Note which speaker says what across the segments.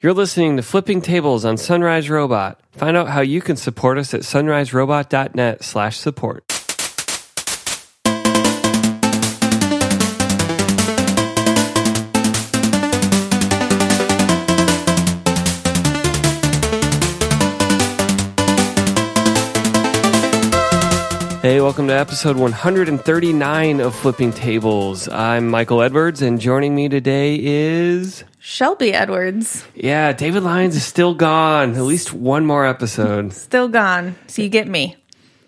Speaker 1: You're listening to Flipping Tables on Sunrise Robot. Find out how you can support us at sunriserobot.net slash support. Hey, welcome to episode 139 of Flipping Tables. I'm Michael Edwards, and joining me today is.
Speaker 2: Shelby Edwards
Speaker 1: Yeah, David Lyons is still gone. At least one more episode.
Speaker 2: still gone. So you get me.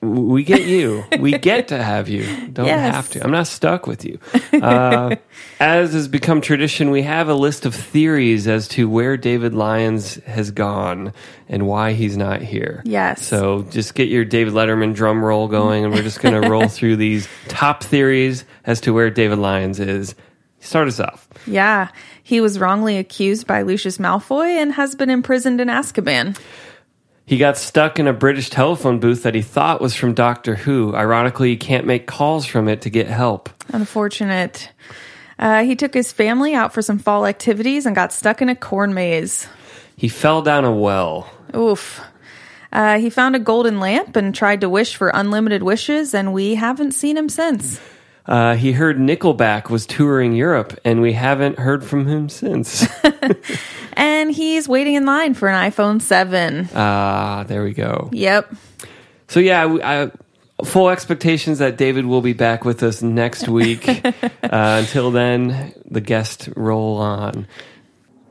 Speaker 1: We get you. We get to have you. Don't
Speaker 2: Yes.
Speaker 1: have to. I'm not stuck with you. Uh, as has become tradition, we have a list of theories as to where David Lyons has gone and why he's not here.
Speaker 2: Yes.
Speaker 1: So just get your David Letterman drum roll going, and we're just going to roll through these top theories as to where David Lyons is. Start us off.
Speaker 2: Yeah. He was wrongly accused by Lucius Malfoy and has been imprisoned in Azkaban.
Speaker 1: He got stuck in a British telephone booth that he thought was from Doctor Who. Ironically, you can't make calls from it to get help.
Speaker 2: Unfortunate. Uh, he took his family out for some fall activities and got stuck in a corn maze.
Speaker 1: He fell down a well.
Speaker 2: Oof. Uh, he found a golden lamp and tried to wish for unlimited wishes, and we haven't seen him since.
Speaker 1: Uh, he heard Nickelback was touring Europe, and we haven't heard from him since.
Speaker 2: And he's waiting in line for an iPhone 7.
Speaker 1: Ah, there we go.
Speaker 2: Yep.
Speaker 1: So yeah, I, I, full expectations that David will be back with us next week. uh, until then, the guests roll on.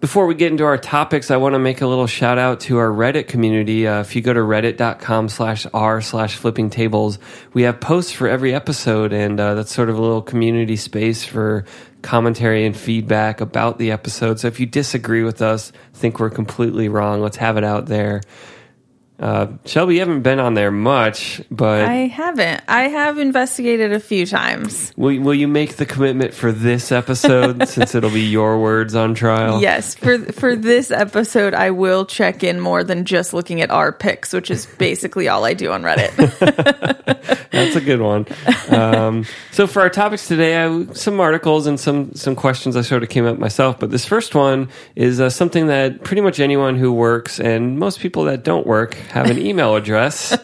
Speaker 1: Before we get into our topics, I want to make a little shout out to our Reddit community. Uh, if you go to reddit.com slash r slash flipping tables, we have posts for every episode, and uh, that's sort of a little community space for commentary and feedback about the episode. So if you disagree with us, think we're completely wrong, let's have it out there. Uh, Shelby, you haven't been on there much, but
Speaker 2: I haven't. I have investigated a few times.
Speaker 1: will, will you make the commitment for this episode since it'll be your words on trial?
Speaker 2: Yes, for for this episode, I will check in more than just looking at our picks, which is basically all I do on Reddit.
Speaker 1: That's a good one. Um, so for our topics today, I, some articles and some some questions I sort of came up myself. But this first one is uh, something that pretty much anyone who works and most people that don't work have an email address.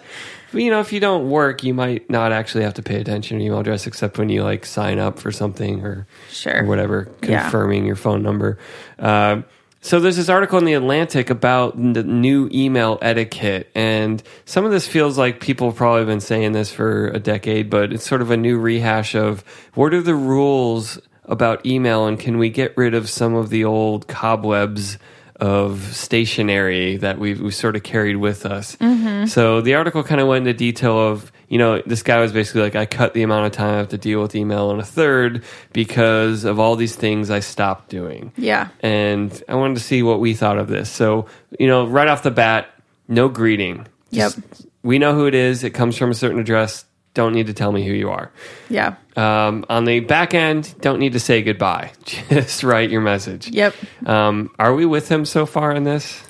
Speaker 1: But, you know, if you don't work, you might not actually have to pay attention to your email address except when you like sign up for something or
Speaker 2: Sure.
Speaker 1: or whatever,
Speaker 2: Yeah.
Speaker 1: confirming your phone number. Uh, so there's this article in the Atlantic about n- the new email etiquette, and some of this feels like people have probably been saying this for a decade, but it's sort of a new rehash of what are the rules about email, and can we get rid of some of the old cobwebs? Of stationery that we've, we sort of carried with us.
Speaker 2: Mm-hmm.
Speaker 1: So the article kind of went into detail of you know, this guy was basically like, I cut the amount of time I have to deal with email in a third because of all these things I stopped doing.
Speaker 2: yeah,
Speaker 1: And I wanted to see what we thought of this. So, you know, right off the bat, no greeting. Just-
Speaker 2: Yep.
Speaker 1: We know who it is. It comes from a certain address. Don't need to tell me who you are.
Speaker 2: yeah,
Speaker 1: Um, on the back end, don't need to say goodbye. Just write your message.
Speaker 2: yep.
Speaker 1: Um, are we with him so far in this?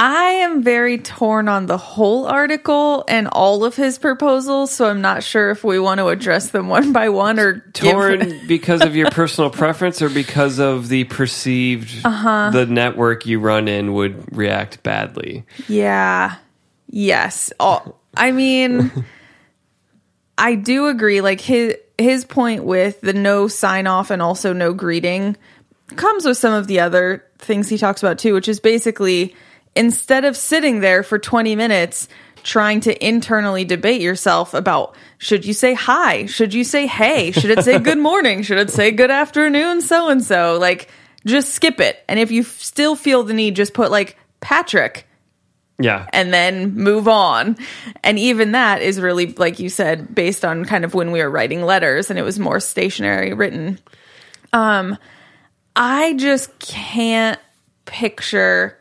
Speaker 2: I am very torn on the whole article and all of his proposals, so I'm not sure if we want to address them one by one or give-
Speaker 1: torn because of your personal preference or because of the perceived
Speaker 2: Uh-huh.
Speaker 1: the network you run in would react badly
Speaker 2: Yeah. Yes. All, I mean, I do agree. Like his his point with the no sign off and also no greeting comes with some of the other things he talks about too, which is basically instead of sitting there for 20 minutes trying to internally debate yourself about should you say hi, should you say hey, should it say good morning, should it say good afternoon so and so, like just skip it. And if you f- still feel the need, just put like Patrick
Speaker 1: yeah
Speaker 2: and then move on. And even that is really, like you said, based on kind of when we were writing letters and it was more stationary written. Um, I just can't picture,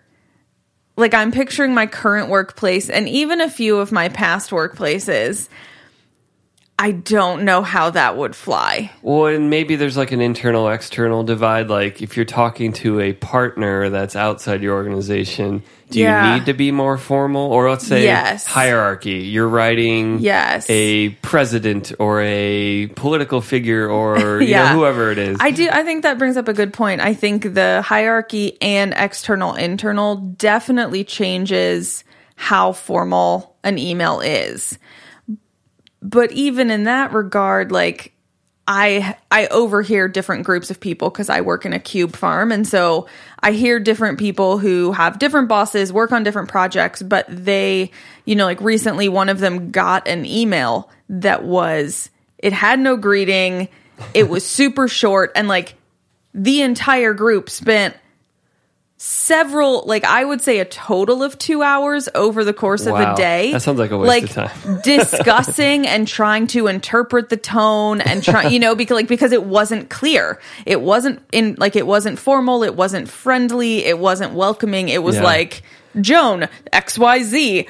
Speaker 2: like, I'm picturing my current workplace and even a few of my past workplaces. I don't know how that would fly.
Speaker 1: Well, and maybe there's like an internal external divide. Like if you're talking to a partner that's outside your organization, do
Speaker 2: Yeah.
Speaker 1: you need to be more formal? Or let's say
Speaker 2: Yes.
Speaker 1: hierarchy. You're writing
Speaker 2: Yes.
Speaker 1: a president or a political figure or you
Speaker 2: Yeah.
Speaker 1: know, whoever it is.
Speaker 2: I do. I think that brings up a good point. I think the hierarchy and external internal definitely changes how formal an email is. But even in that regard, like I I overhear different groups of people because I work in a cube farm, and so I hear different people who have different bosses, work on different projects, but they, you know, like recently one of them got an email that was it had no greeting, it was super short, and like the entire group spent several like I would say a total of two hours over the course of
Speaker 1: Wow.
Speaker 2: a day.
Speaker 1: That sounds like a waste
Speaker 2: like,
Speaker 1: of time.
Speaker 2: discussing and trying to interpret the tone and try you know because like because it wasn't clear it wasn't in like it wasn't formal it wasn't friendly it wasn't welcoming it was
Speaker 1: Yeah.
Speaker 2: like joan xyz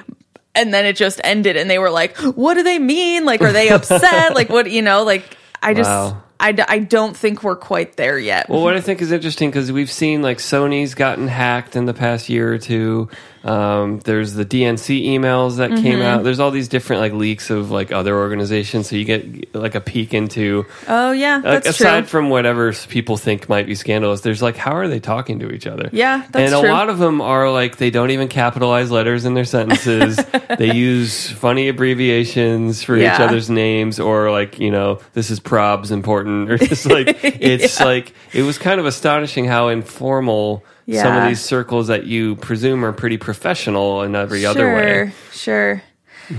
Speaker 2: and then it just ended and they were like what do they mean like are they upset like what you know like i just
Speaker 1: Wow.
Speaker 2: I, d- I don't think we're quite there yet
Speaker 1: Well, what I think is interesting because we've seen like Sony's gotten hacked in the past year or two. Um, there's the DNC emails that came out. There's all these different like leaks of like other organizations, so you get like a peek into
Speaker 2: oh yeah
Speaker 1: like,
Speaker 2: that's
Speaker 1: aside
Speaker 2: true
Speaker 1: from whatever s- people think might be scandalous. There's like how are they talking to each other?
Speaker 2: Yeah, that's
Speaker 1: and a
Speaker 2: true.
Speaker 1: lot of them are like they don't even capitalize letters in their sentences. they use funny abbreviations for each
Speaker 2: Yeah.
Speaker 1: other's names, or like you know this is probs important, or just like it's like it was kind of astonishing how informal. Some of
Speaker 2: Yeah.
Speaker 1: these circles that you presume are pretty professional in every other way.
Speaker 2: Sure.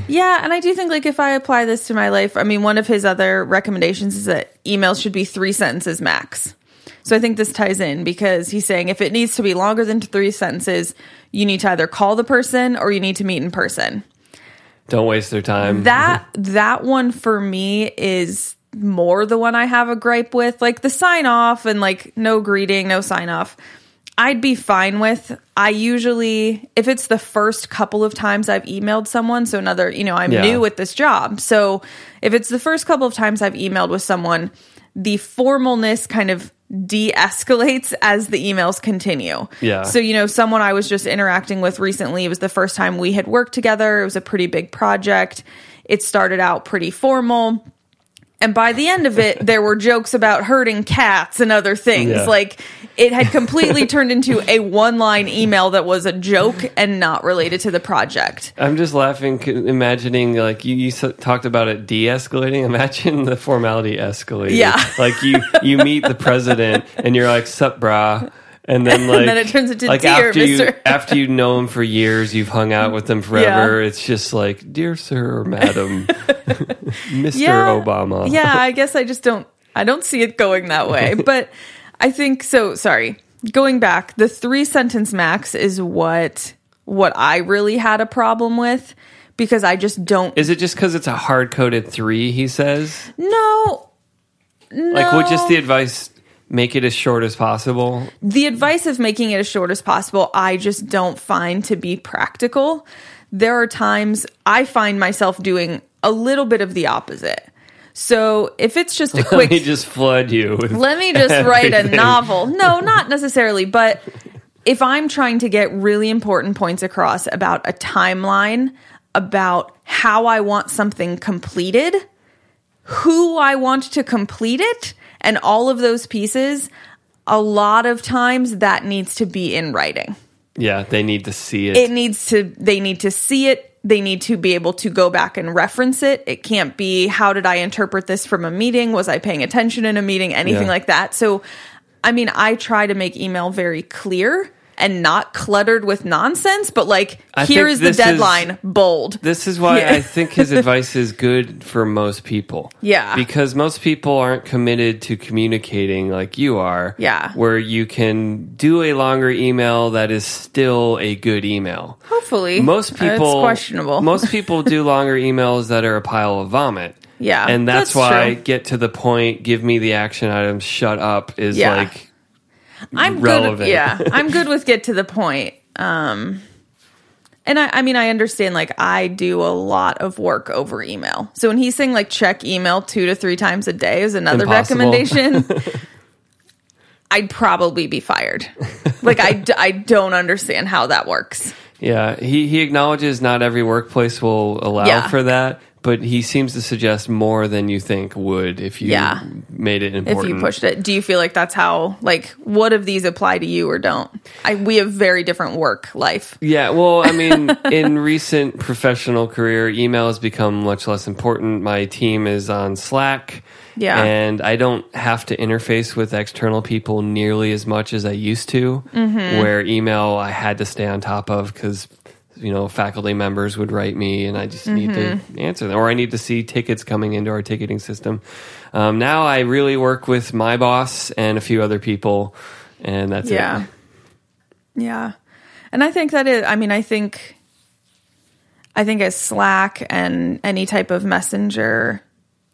Speaker 2: Yeah, and I do think like if I apply this to my life, I mean, one of his other recommendations is that emails should be three sentences max. So I think this ties in because he's saying if it needs to be longer than three sentences, you need to either call the person or you need to meet in person.
Speaker 1: Don't waste their time.
Speaker 2: That that one for me is more the one I have a gripe with. Like the sign off and like no greeting, no sign off. I'd be fine with. I usually if it's the first couple of times I've emailed someone, so another, you know, I'm
Speaker 1: Yeah.
Speaker 2: new with this job. So if it's the first couple of times I've emailed with someone, the formalness kind of de-escalates as the emails continue.
Speaker 1: Yeah.
Speaker 2: So, you know, someone I was just interacting with recently, it was the first time we had worked together. It was a pretty big project. It started out pretty formal. And by the end of it, there were jokes about hurting cats and other things.
Speaker 1: Yeah.
Speaker 2: Like it had completely turned into a one line email that was a joke and not related to the project.
Speaker 1: I'm just laughing, c- imagining like you, you s- talked about it de-escalating. Imagine the formality escalating.
Speaker 2: Yeah.
Speaker 1: like you you meet the president and you're like sup brah, and then like
Speaker 2: then it turns into
Speaker 1: like
Speaker 2: "Dear
Speaker 1: after you
Speaker 2: Mr..
Speaker 1: after you know him for years, you've hung out with them forever. It's just like dear sir or madam, Mister Obama.
Speaker 2: yeah, I guess I just don't I don't see it going that way. But I think so sorry. Going back, the three sentence max is what what I really had a problem with because I just don't
Speaker 1: Is it just because it's a hard coded three? He says.
Speaker 2: No. No.
Speaker 1: Like, would just the advice make it as short as possible?
Speaker 2: the advice of making it as short as possible, I just don't find to be practical. There are times I find myself doing a little bit of the opposite. So if it's just a
Speaker 1: Let
Speaker 2: quick
Speaker 1: me just flood you. With
Speaker 2: Let me just write a
Speaker 1: everything.
Speaker 2: novel. No, not necessarily, but if I'm trying to get really important points across about a timeline, about how I want something completed, who I want to complete it, and all of those pieces, a lot of times that needs to be in writing.
Speaker 1: Yeah, they need to see
Speaker 2: It needs to they need to see it. They need to be able to go back and reference it. It can't be how did I interpret this from a meeting? Was I paying attention in a meeting? Anything
Speaker 1: Yeah.
Speaker 2: like that. So I mean, I try to make email very clear and not cluttered with nonsense, but like
Speaker 1: I
Speaker 2: here
Speaker 1: think
Speaker 2: is the
Speaker 1: this is-
Speaker 2: deadline, bold.
Speaker 1: This is why
Speaker 2: Yeah.
Speaker 1: I think his advice is good for most people.
Speaker 2: Yeah.
Speaker 1: Because most people aren't committed to communicating like you are.
Speaker 2: Yeah.
Speaker 1: Where you can do a longer email that is still a good email.
Speaker 2: Hopefully.
Speaker 1: Most people
Speaker 2: it's questionable.
Speaker 1: most people do longer emails that are a pile of vomit.
Speaker 2: Yeah,
Speaker 1: And that's,
Speaker 2: that's
Speaker 1: why
Speaker 2: true.
Speaker 1: get to the point, give me the action items, shut up is
Speaker 2: Yeah.
Speaker 1: like
Speaker 2: I'm
Speaker 1: relevant.
Speaker 2: good. Yeah, I'm good with get to the point. Um, And I, I mean, I understand, like, I do a lot of work over email. So when he's saying, like, check email two to three times a day is another
Speaker 1: Impossible.
Speaker 2: recommendation, I'd probably be fired. Like, I, d- I don't understand how that works.
Speaker 1: Yeah, he, he acknowledges not every workplace will allow
Speaker 2: Yeah.
Speaker 1: for that, but he seems to suggest more than you think would if you
Speaker 2: Yeah.
Speaker 1: made it
Speaker 2: If
Speaker 1: important.
Speaker 2: you pushed it, do you feel like that's how, like, what of these apply to you or don't? I, we have very different work life.
Speaker 1: Yeah, well, I mean, in recent professional career, email has become much less important. My team is on Slack.
Speaker 2: Yeah.
Speaker 1: And I don't have to interface with external people nearly as much as I used to,
Speaker 2: Mm-hmm.
Speaker 1: where email I had to stay on top of because, you know, faculty members would write me and I just need to
Speaker 2: Mm-hmm.
Speaker 1: answer them or I need to see tickets coming into our ticketing system. Um, now I really work with my boss and a few other people, and that's
Speaker 2: Yeah.
Speaker 1: it.
Speaker 2: Yeah. And I think that is I mean, I think I think as Slack and any type of messenger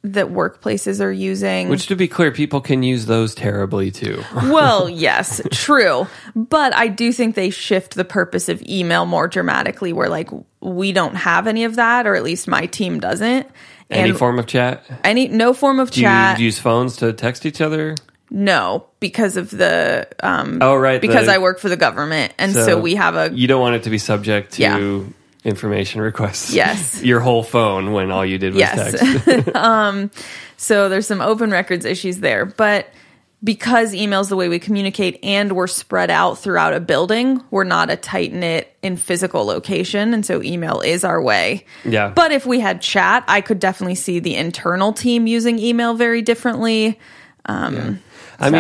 Speaker 2: that workplaces are using
Speaker 1: Which, to be clear, people can use those terribly too.
Speaker 2: well, yes, true. But I do think they shift the purpose of email more dramatically where like we don't have any of that or at least my team doesn't.
Speaker 1: Any
Speaker 2: And
Speaker 1: form of chat?
Speaker 2: any no form of
Speaker 1: Do you
Speaker 2: chat.
Speaker 1: use phones to text each other?
Speaker 2: no, because of the um
Speaker 1: Oh, right.
Speaker 2: because
Speaker 1: the-
Speaker 2: I work for the government and
Speaker 1: So
Speaker 2: so we have a
Speaker 1: You don't want it to be subject to
Speaker 2: Yeah.
Speaker 1: information requests.
Speaker 2: Yes.
Speaker 1: Your whole phone when all you did was
Speaker 2: Yes.
Speaker 1: text.
Speaker 2: So there's some open records issues there. But because email's the way we communicate and we're spread out throughout a building, we're not a tight knit in physical location. And so email is our way.
Speaker 1: Yeah.
Speaker 2: But if we had chat, I could definitely see the internal team using email very differently.
Speaker 1: I mean,
Speaker 2: So-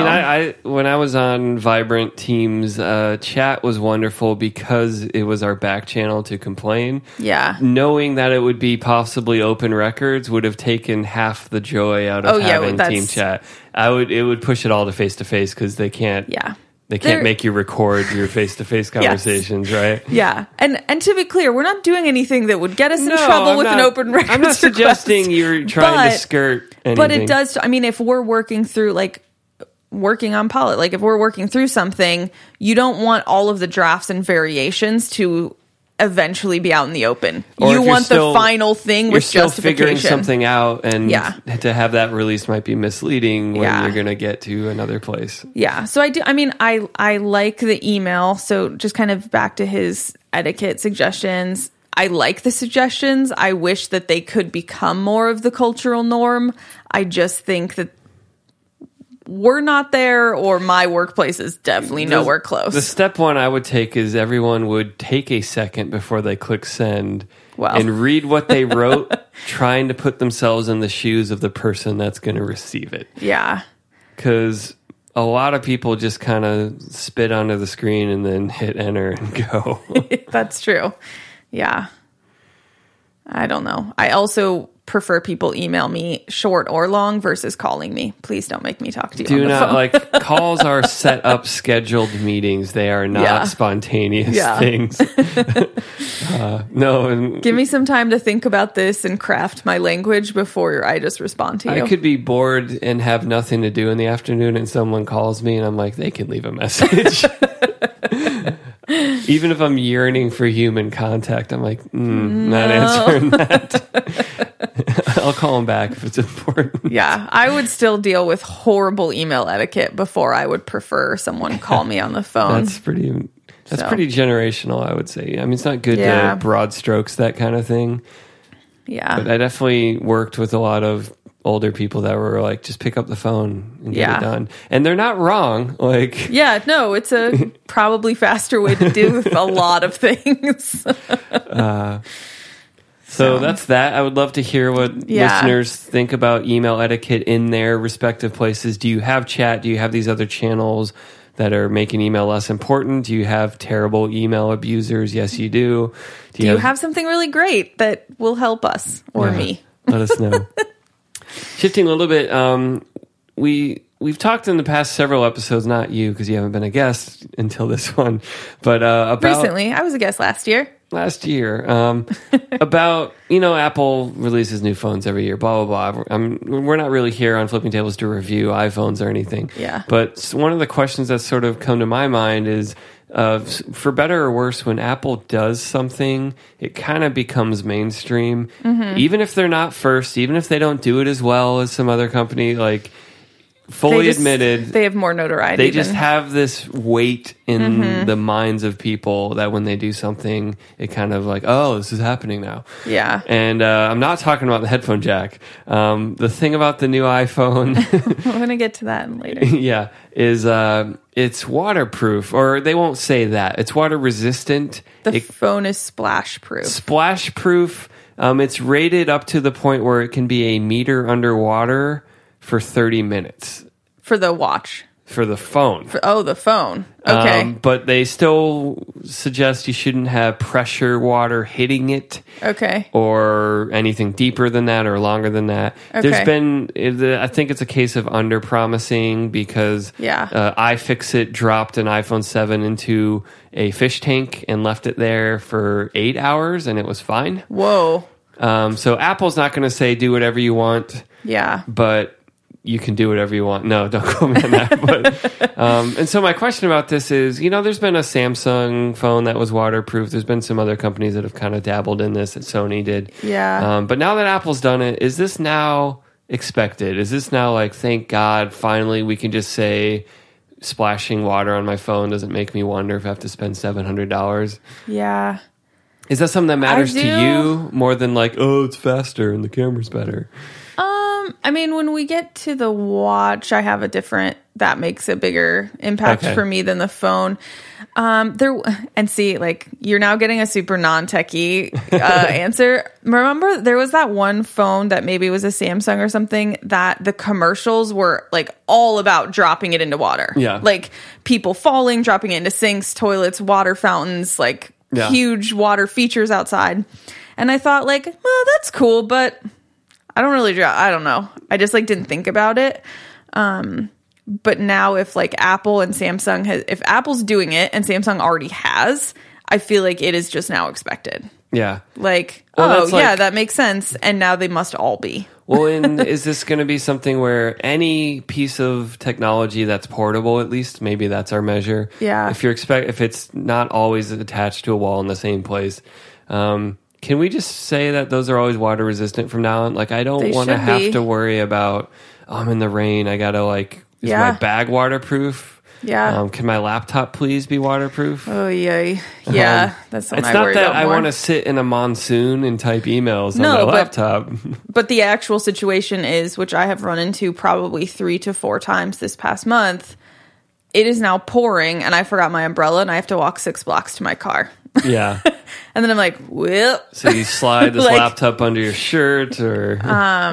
Speaker 1: I, I when I was on Vibrant Teams, uh, chat was wonderful because it was our back channel to complain.
Speaker 2: Yeah.
Speaker 1: Mm. Knowing that it would be possibly open records would have taken half the joy out of
Speaker 2: Oh, yeah,
Speaker 1: having
Speaker 2: that's-
Speaker 1: team chat. I would it would push it all to face to face because they can't.
Speaker 2: Yeah.
Speaker 1: They can't
Speaker 2: There-
Speaker 1: make you record your face to face conversations, right?
Speaker 2: Yeah. And and to be clear, we're not doing anything that would get us in
Speaker 1: No,
Speaker 2: trouble
Speaker 1: I'm
Speaker 2: with an
Speaker 1: not-
Speaker 2: open records.
Speaker 1: I'm not
Speaker 2: request.
Speaker 1: suggesting you're trying to
Speaker 2: But-
Speaker 1: skirt anything.
Speaker 2: But it does. I mean, if we're working through like working on polit, like if we're working through something, you don't want all of the drafts and variations to eventually be out in the open.
Speaker 1: Or if
Speaker 2: you
Speaker 1: you're
Speaker 2: want
Speaker 1: still-
Speaker 2: the final thing
Speaker 1: You're
Speaker 2: with
Speaker 1: still
Speaker 2: justification.
Speaker 1: figuring something out, and
Speaker 2: Yeah.
Speaker 1: to have that release might be misleading when
Speaker 2: Yeah.
Speaker 1: you're going to get to another place.
Speaker 2: Yeah. So I do. I mean, I I like the email. So just kind of back to his etiquette suggestions. I like the suggestions. I wish that they could become more of the cultural norm. I just think that we're not there, or my workplace is definitely nowhere close.
Speaker 1: The step one I would take is everyone would take a second before they click send
Speaker 2: Wow.
Speaker 1: and read what they wrote, trying to put themselves in the shoes of the person that's going to receive it.
Speaker 2: yeah.
Speaker 1: Because a lot of people just kind of spit onto the screen and then hit enter and go.
Speaker 2: That's true. Yeah. I don't know. I also prefer people email me short or long versus calling me. Please don't make me talk to you. on
Speaker 1: do
Speaker 2: the
Speaker 1: not
Speaker 2: phone.
Speaker 1: like calls are set up scheduled meetings they are not
Speaker 2: Yeah.
Speaker 1: spontaneous
Speaker 2: Yeah.
Speaker 1: things Uh, no and
Speaker 2: Give me some time to think about this and craft my language before I just respond to
Speaker 1: i
Speaker 2: you.
Speaker 1: could be bored and have nothing to do in the afternoon and someone calls me and i'm like they can leave a message even if i'm yearning for human contact i'm like mm, not answering that i'll call them back if it's important
Speaker 2: yeah, I would still deal with horrible email etiquette before I would prefer someone call me on the phone.
Speaker 1: that's pretty that's
Speaker 2: So.
Speaker 1: pretty generational i would say i mean it's not good
Speaker 2: Yeah.
Speaker 1: to broad strokes that kind of thing
Speaker 2: yeah.
Speaker 1: I definitely worked with a lot of older people that were like, just pick up the phone and get
Speaker 2: Yeah.
Speaker 1: it done. And they're not wrong. Like,
Speaker 2: Yeah, no, it's a probably faster way to do with a lot of things.
Speaker 1: so that's that. I would love to hear what
Speaker 2: Yeah.
Speaker 1: listeners think about email etiquette in their respective places. Do you have chat? Do you have these other channels that are making email less important? Do you have terrible email abusers? Yes, you do. Do
Speaker 2: you have something really great that will help us or
Speaker 1: Yeah.
Speaker 2: me.
Speaker 1: Let us know. Shifting a little bit, um, we we've talked in the past several episodes, not you because you haven't been a guest until this one, but uh, about
Speaker 2: Recently, I was a guest last year.
Speaker 1: last year um, about you know Apple releases new phones every year, blah blah blah. I'm, we're not really here on flipping tables to review iPhones or anything,
Speaker 2: Yeah.
Speaker 1: But s- one of the questions that's sort of come to my mind is. of for better or worse when Apple does something, it kind of becomes mainstream.
Speaker 2: Mm-hmm.
Speaker 1: Even if they're not first, even if they don't do it as well as some other company, like fully
Speaker 2: They just-
Speaker 1: admitted,
Speaker 2: They have more notoriety.
Speaker 1: they just
Speaker 2: than-
Speaker 1: have this weight in
Speaker 2: Mm-hmm.
Speaker 1: the minds of people that when they do something, it kind of like, oh, this is happening now.
Speaker 2: Yeah.
Speaker 1: And uh, I'm not talking about the headphone jack. Um, the thing about the new iPhone,
Speaker 2: I'm gonna get to that later.
Speaker 1: yeah, is uh, it's waterproof, or they won't say that. It's water resistant,
Speaker 2: The
Speaker 1: it,
Speaker 2: phone is splash proof.
Speaker 1: splash proof. Um, it's rated up to the point where it can be a meter underwater for 30 minutes
Speaker 2: For the watch.
Speaker 1: for the phone.
Speaker 2: For, oh, the phone. Okay.
Speaker 1: Um, but they still suggest you shouldn't have pressure water hitting it
Speaker 2: okay.
Speaker 1: or anything deeper than that or longer than that. There's
Speaker 2: Okay.
Speaker 1: been, I think it's a case of under promising because
Speaker 2: Yeah.
Speaker 1: uh, iFixit dropped an iPhone 7 into a fish tank and left it there for eight hours and it was fine.
Speaker 2: Whoa.
Speaker 1: Um, so Apple's not going to say do whatever you want
Speaker 2: Yeah.
Speaker 1: but you can do whatever you want. No, don't call me on that. But, um, and so my question about this is, you know, there's been a Samsung phone that was waterproof. There's been some other companies that have kind of dabbled in this that Sony did.
Speaker 2: Yeah.
Speaker 1: Um, but now that Apple's done it, is this now expected? Is this now like, thank God, finally we can just say splashing water on my phone doesn't make me wonder if I have to spend $700?
Speaker 2: Yeah.
Speaker 1: Is that something that matters to
Speaker 2: do-
Speaker 1: you more than like, oh, it's faster and the camera's better?
Speaker 2: Um, I mean, when we get to the watch, I have a different that makes a bigger impact
Speaker 1: Okay.
Speaker 2: for me than the phone. Um, there and see, like you're now getting a super non techie uh, answer. Remember, there was that one phone that maybe was a Samsung or something that the commercials were like all about dropping it into water.
Speaker 1: Yeah.
Speaker 2: like people falling, dropping it into sinks, toilets, water fountains, like
Speaker 1: Yeah.
Speaker 2: huge water features outside. And I thought, like, well, that's cool, but I don't really draw. I don't know. I just like didn't think about it. Um, but now if like Apple and Samsung has, if Apple's doing it and Samsung already has, I feel like it is just now expected.
Speaker 1: Yeah.
Speaker 2: Like,
Speaker 1: Well,
Speaker 2: oh
Speaker 1: that's like-
Speaker 2: yeah, that makes sense. And now they must all be.
Speaker 1: Well, and is this going to be something where any piece of technology that's portable, at least maybe that's our measure.
Speaker 2: Yeah.
Speaker 1: If you're expect, if it's not always attached to a wall in the same place, um, can we just say that those are always water resistant from now on? Like, I don't
Speaker 2: They
Speaker 1: want to
Speaker 2: should
Speaker 1: have
Speaker 2: be.
Speaker 1: to worry about oh, I'm in the rain. I gotta like, is
Speaker 2: Yeah.
Speaker 1: my bag waterproof?
Speaker 2: Yeah.
Speaker 1: Um, can my laptop please be waterproof?
Speaker 2: Oh yeah, yeah.
Speaker 1: Um,
Speaker 2: that's the one
Speaker 1: It's
Speaker 2: I
Speaker 1: not
Speaker 2: worry
Speaker 1: that
Speaker 2: about
Speaker 1: I
Speaker 2: more.
Speaker 1: want to sit in a monsoon and type emails
Speaker 2: No,
Speaker 1: on my
Speaker 2: but-
Speaker 1: laptop.
Speaker 2: but the actual situation is, which I have run into probably three to four times this past month. It is now pouring, and I forgot my umbrella, and I have to walk six blocks to my car.
Speaker 1: yeah.
Speaker 2: And then I'm like, well,
Speaker 1: So you slide this
Speaker 2: Like- um,
Speaker 1: laptop under your shirt or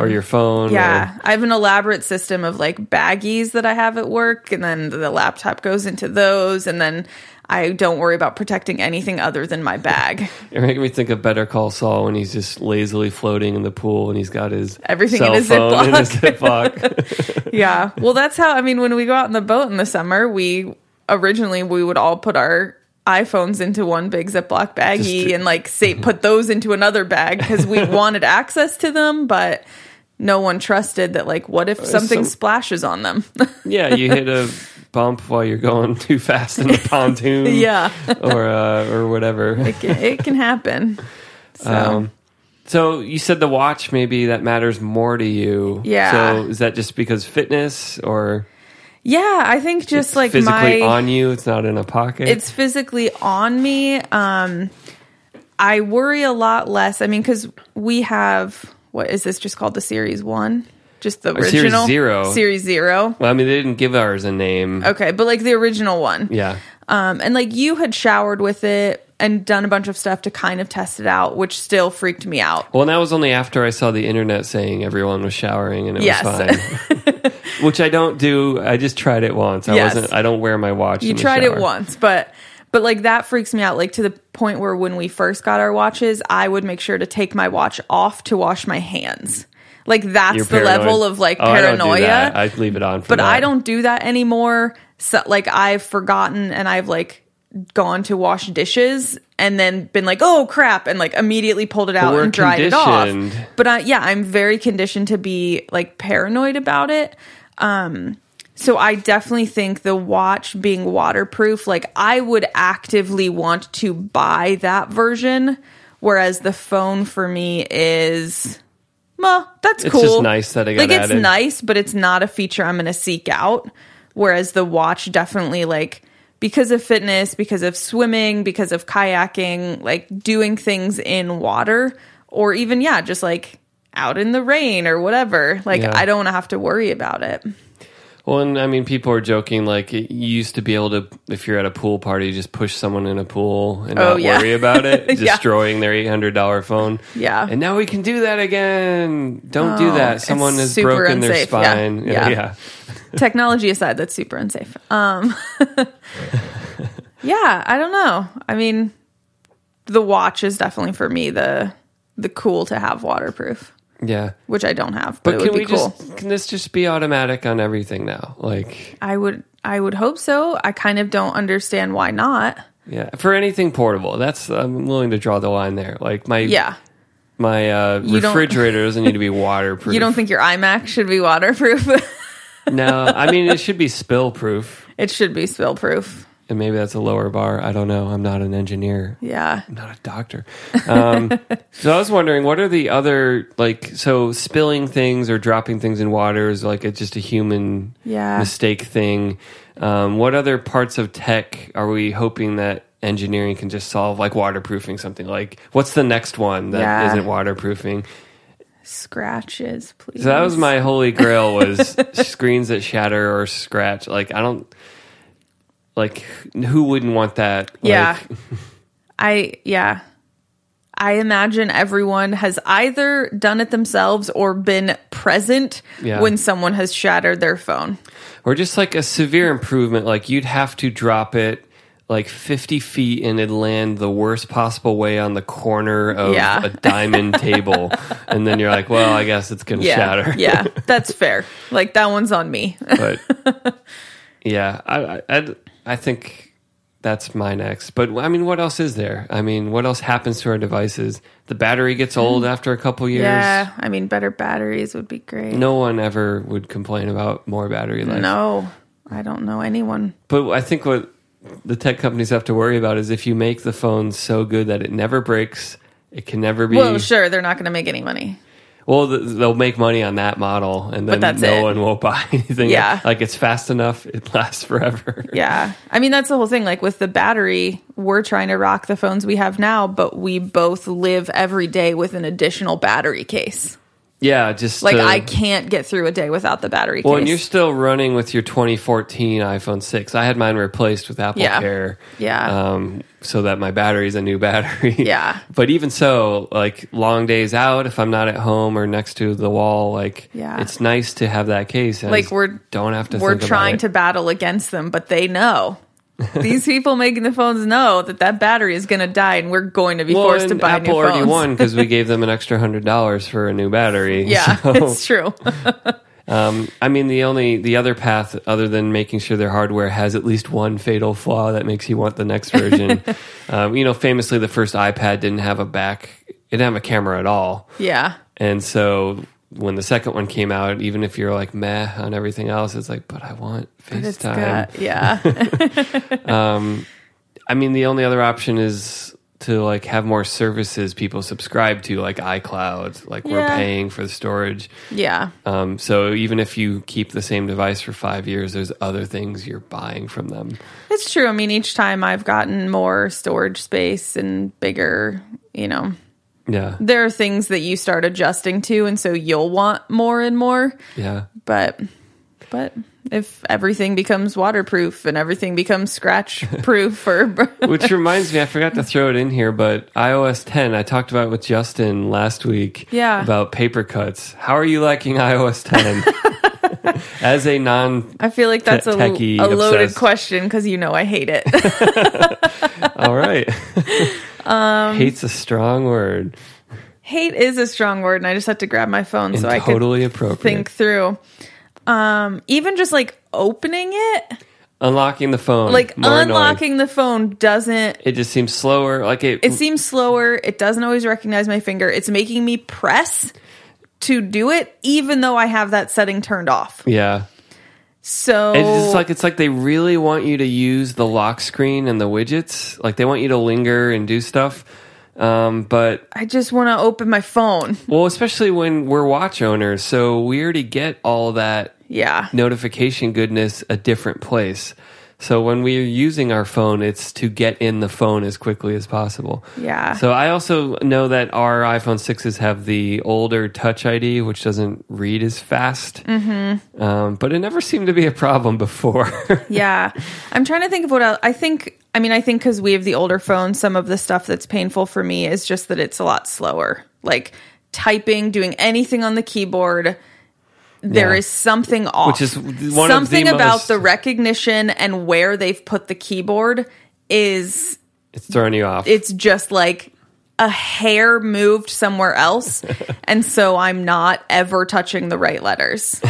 Speaker 1: or your phone.
Speaker 2: yeah. I have an elaborate system of like baggies that I have at work, and then the laptop goes into those, and then I don't worry about protecting anything other than my bag.
Speaker 1: Or, it making me think of Better Call Saul when he's just lazily floating in the pool and he's got his
Speaker 2: Everything
Speaker 1: cell
Speaker 2: in his
Speaker 1: phone in his Ziploc.
Speaker 2: yeah. Well, that's how, I mean, when we go out in the boat in the summer, we originally we would all put our iPhones into one big Ziploc baggie
Speaker 1: Just-
Speaker 2: and like say put those into another bag because we wanted access to them, but no one trusted that like what if something
Speaker 1: some- Mm.
Speaker 2: splashes on them?
Speaker 1: yeah, you hit a bump while you're going too fast in the pontoon.
Speaker 2: yeah.
Speaker 1: Or uh, or whatever.
Speaker 2: it can, it can happen. So
Speaker 1: Um, so you said the watch maybe that matters more to you.
Speaker 2: Yeah.
Speaker 1: So is that just because fitness or
Speaker 2: yeah, I think just like
Speaker 1: physically
Speaker 2: my
Speaker 1: on you? It's not in a pocket.
Speaker 2: it's physically on me. Um, I worry a lot less. I mean, because we have what is this just called the series one? Just the
Speaker 1: Series
Speaker 2: original
Speaker 1: Zero.
Speaker 2: Series zero.
Speaker 1: well, I mean, they didn't give ours a name.
Speaker 2: Okay, but like the original one.
Speaker 1: Yeah.
Speaker 2: Um, and like you had showered with it and done a bunch of stuff to kind of test it out, which still freaked me out.
Speaker 1: Well, and that was only after I saw the internet saying everyone was showering and it
Speaker 2: Yes.
Speaker 1: was fine. Which I don't do. I just tried it once. I
Speaker 2: Yes.
Speaker 1: wasn't. I don't wear my watch.
Speaker 2: You
Speaker 1: in the
Speaker 2: tried
Speaker 1: shower.
Speaker 2: it once, but but like that freaks me out. Like to the point where when we first got our watches, I would make sure to take my watch off to wash my hands. Like that's
Speaker 1: You're
Speaker 2: the
Speaker 1: paranoid.
Speaker 2: level of like
Speaker 1: Oh, I don't do
Speaker 2: paranoia.
Speaker 1: that. I, leave it on. For
Speaker 2: but
Speaker 1: that.
Speaker 2: I don't do that anymore. So like I've forgotten and I've like gone to wash dishes and then been like, oh crap, and like immediately pulled it out
Speaker 1: we're
Speaker 2: and dried it off.
Speaker 1: conditioned.
Speaker 2: But I, yeah, I'm very conditioned to be like paranoid about it. Um, so I definitely think the watch being waterproof, like I would actively want to buy that version, whereas the phone for me is, well, that's
Speaker 1: It's
Speaker 2: cool.
Speaker 1: just nice that it got
Speaker 2: like it's
Speaker 1: added.
Speaker 2: nice, but it's not a feature I'm going to seek out. Whereas the watch definitely like because of fitness, because of swimming, because of kayaking, like doing things in water, or even yeah, just like out in the rain or whatever. Like
Speaker 1: Yeah.
Speaker 2: I don't want to have to worry about it.
Speaker 1: Well, and I mean, people are joking. Like, you used to be able to, if you're at a pool party, just push someone in a pool and
Speaker 2: Oh,
Speaker 1: not
Speaker 2: yeah.
Speaker 1: worry about it,
Speaker 2: Yeah.
Speaker 1: destroying their eight hundred dollar phone.
Speaker 2: Yeah. Oh,
Speaker 1: and now we can do that again. Don't do that.
Speaker 2: it's
Speaker 1: Someone has
Speaker 2: super
Speaker 1: broken their
Speaker 2: unsafe. Yeah.
Speaker 1: spine.
Speaker 2: Yeah.
Speaker 1: yeah.
Speaker 2: technology aside, that's super unsafe. Um, yeah, I don't know. I mean, the watch is definitely for me the the cool to have waterproof,
Speaker 1: yeah.
Speaker 2: which I don't have, but,
Speaker 1: But
Speaker 2: it
Speaker 1: can
Speaker 2: would
Speaker 1: we
Speaker 2: be cool.
Speaker 1: just can this just be automatic on everything now? Like,
Speaker 2: I would I would hope so. I kind of don't understand why not.
Speaker 1: yeah, for anything portable, that's I'm willing to draw the line there. Like my
Speaker 2: Yeah.
Speaker 1: my uh,
Speaker 2: don't-
Speaker 1: refrigerator doesn't need to be waterproof.
Speaker 2: You don't think your iMac should be waterproof?
Speaker 1: no, I mean it should be spill proof,
Speaker 2: it should be spill proof.
Speaker 1: and maybe that's a lower bar. I don't know. I'm not an engineer.
Speaker 2: Yeah.
Speaker 1: I'm not a doctor. Um, so I was wondering, what are the other like? So spilling things or dropping things in water is like it's just a human
Speaker 2: Yeah.
Speaker 1: mistake thing. Um, what other parts of tech are we hoping that engineering can just solve, like waterproofing something? Like what's the next one
Speaker 2: Yeah.
Speaker 1: that not waterproofing?
Speaker 2: Scratches, please.
Speaker 1: So that was my holy grail was screens that shatter or scratch. Like I don't like who wouldn't want that?
Speaker 2: Yeah.
Speaker 1: Like,
Speaker 2: I yeah. I imagine everyone has either done it themselves or been present
Speaker 1: Yeah.
Speaker 2: when someone has shattered their phone.
Speaker 1: or just like a severe improvement like you'd have to drop it like 50 feet and it'd land the worst possible way on the corner of
Speaker 2: Yeah.
Speaker 1: a diamond table and then you're like well i guess it's gonna
Speaker 2: Yeah.
Speaker 1: shatter
Speaker 2: yeah. That's fair. Like that one's on me.
Speaker 1: but yeah I, I I'd- i think that's my next but i mean what else is there i mean what else happens to our devices the battery gets old after a couple years
Speaker 2: Hmm. yeah. I mean better batteries would be great.
Speaker 1: no one ever would complain about more battery life
Speaker 2: No, I don't know anyone.
Speaker 1: But I think what the tech companies have to worry about is if you make the phone so good that it never breaks, it can never be.
Speaker 2: Well, sure, they're not going to make any money.
Speaker 1: Well, th- they'll make money on that model, and then
Speaker 2: that's
Speaker 1: no
Speaker 2: it.
Speaker 1: one will buy anything.
Speaker 2: Yeah.
Speaker 1: like it's fast enough; it lasts forever.
Speaker 2: Yeah. I mean, that's the whole thing. Like with the battery, we're trying to rock the phones we have now, but we both live every day with an additional battery case.
Speaker 1: Yeah, just
Speaker 2: Like
Speaker 1: to-
Speaker 2: I can't get through a day without the battery
Speaker 1: Well,
Speaker 2: case.
Speaker 1: and you're still running with your 2014 iPhone 6. I had mine replaced with Apple
Speaker 2: Yeah.
Speaker 1: Care.
Speaker 2: Yeah.
Speaker 1: Um, so that my battery's a new battery.
Speaker 2: Yeah.
Speaker 1: But even so, like long days out, if I'm not at home or next to the wall, like
Speaker 2: Yeah.
Speaker 1: it's nice to have that case. and I
Speaker 2: Like,
Speaker 1: just
Speaker 2: we're-
Speaker 1: don't have to.
Speaker 2: we're
Speaker 1: think about
Speaker 2: trying
Speaker 1: it.
Speaker 2: to battle against them, but they know. These people making the phones know that that battery is going to die, and we're going to be
Speaker 1: Well,
Speaker 2: forced to
Speaker 1: and
Speaker 2: buy
Speaker 1: Apple
Speaker 2: new phones.
Speaker 1: already won because we gave them an extra hundred dollars for a new battery.
Speaker 2: Yeah,
Speaker 1: So-
Speaker 2: it's true.
Speaker 1: Um, I mean, the only the other path, other than making sure their hardware has at least one fatal flaw that makes you want the next version. um, you know, famously, the first iPad didn't have a back; it didn't have a camera at all,
Speaker 2: Yeah,
Speaker 1: and so when the second one came out, even if you're like meh on everything else, it's like, but I want
Speaker 2: it's
Speaker 1: FaceTime.
Speaker 2: got, yeah,
Speaker 1: I mean, the only other option is to like have more services people subscribe to, like iCloud. Like we're
Speaker 2: Yeah.
Speaker 1: paying for the storage.
Speaker 2: yeah,
Speaker 1: Um, so even if you keep the same device for five years, there's other things you're buying from them.
Speaker 2: it's true. I mean, each time I've gotten more storage space and bigger, you know,
Speaker 1: Yeah,
Speaker 2: there are things that you start adjusting to, and so you'll want more and more.
Speaker 1: yeah,
Speaker 2: but but if everything becomes waterproof and everything becomes scratch proof or
Speaker 1: which reminds me, I forgot to throw it in here, but iOS 10. I talked about it with Justin last week.
Speaker 2: Yeah.
Speaker 1: about paper cuts. How are you liking iOS 10 as a non?
Speaker 2: i feel like that's a,
Speaker 1: Techie
Speaker 2: a loaded
Speaker 1: obsessed.
Speaker 2: question because you know i hate it
Speaker 1: All right,
Speaker 2: Um,
Speaker 1: hates a strong word.
Speaker 2: hate is a strong word and i just have to grab my phone so i could
Speaker 1: totally appropriate.
Speaker 2: think through um even just like opening it
Speaker 1: unlocking the phone,
Speaker 2: like
Speaker 1: Mm, more annoying.
Speaker 2: unlocking the phone doesn't
Speaker 1: It just seems slower. Like it.
Speaker 2: it seems slower it doesn't always recognize my finger it's making me press to do it even though i have that setting turned off
Speaker 1: yeah.
Speaker 2: So
Speaker 1: It's just like it's like they really want you to use the lock screen and the widgets. Like they want you to linger and do stuff. Um, but
Speaker 2: I just want to open my phone.
Speaker 1: well, especially when we're watch owners, so we already get all that
Speaker 2: Yeah.
Speaker 1: notification goodness a different place. So when we're using our phone, it's to get in the phone as quickly as possible.
Speaker 2: Yeah.
Speaker 1: So I also know that our iPhone sixes have the older Touch ID, which doesn't read as fast. Mm-hmm. Um, but it never seemed to be a problem before.
Speaker 2: yeah. I'm trying to think of what else. I think, I mean, I think because we have the older phone, some of the stuff that's painful for me is just that it's a lot slower. Like typing, doing anything on the keyboard, there is
Speaker 1: Yeah.
Speaker 2: something off.
Speaker 1: Which is one of
Speaker 2: something
Speaker 1: the
Speaker 2: about
Speaker 1: most-
Speaker 2: the recognition and where they've put the keyboard is
Speaker 1: it's throwing you off.
Speaker 2: it's just like a hair moved somewhere else. and so I'm not ever touching the right letters.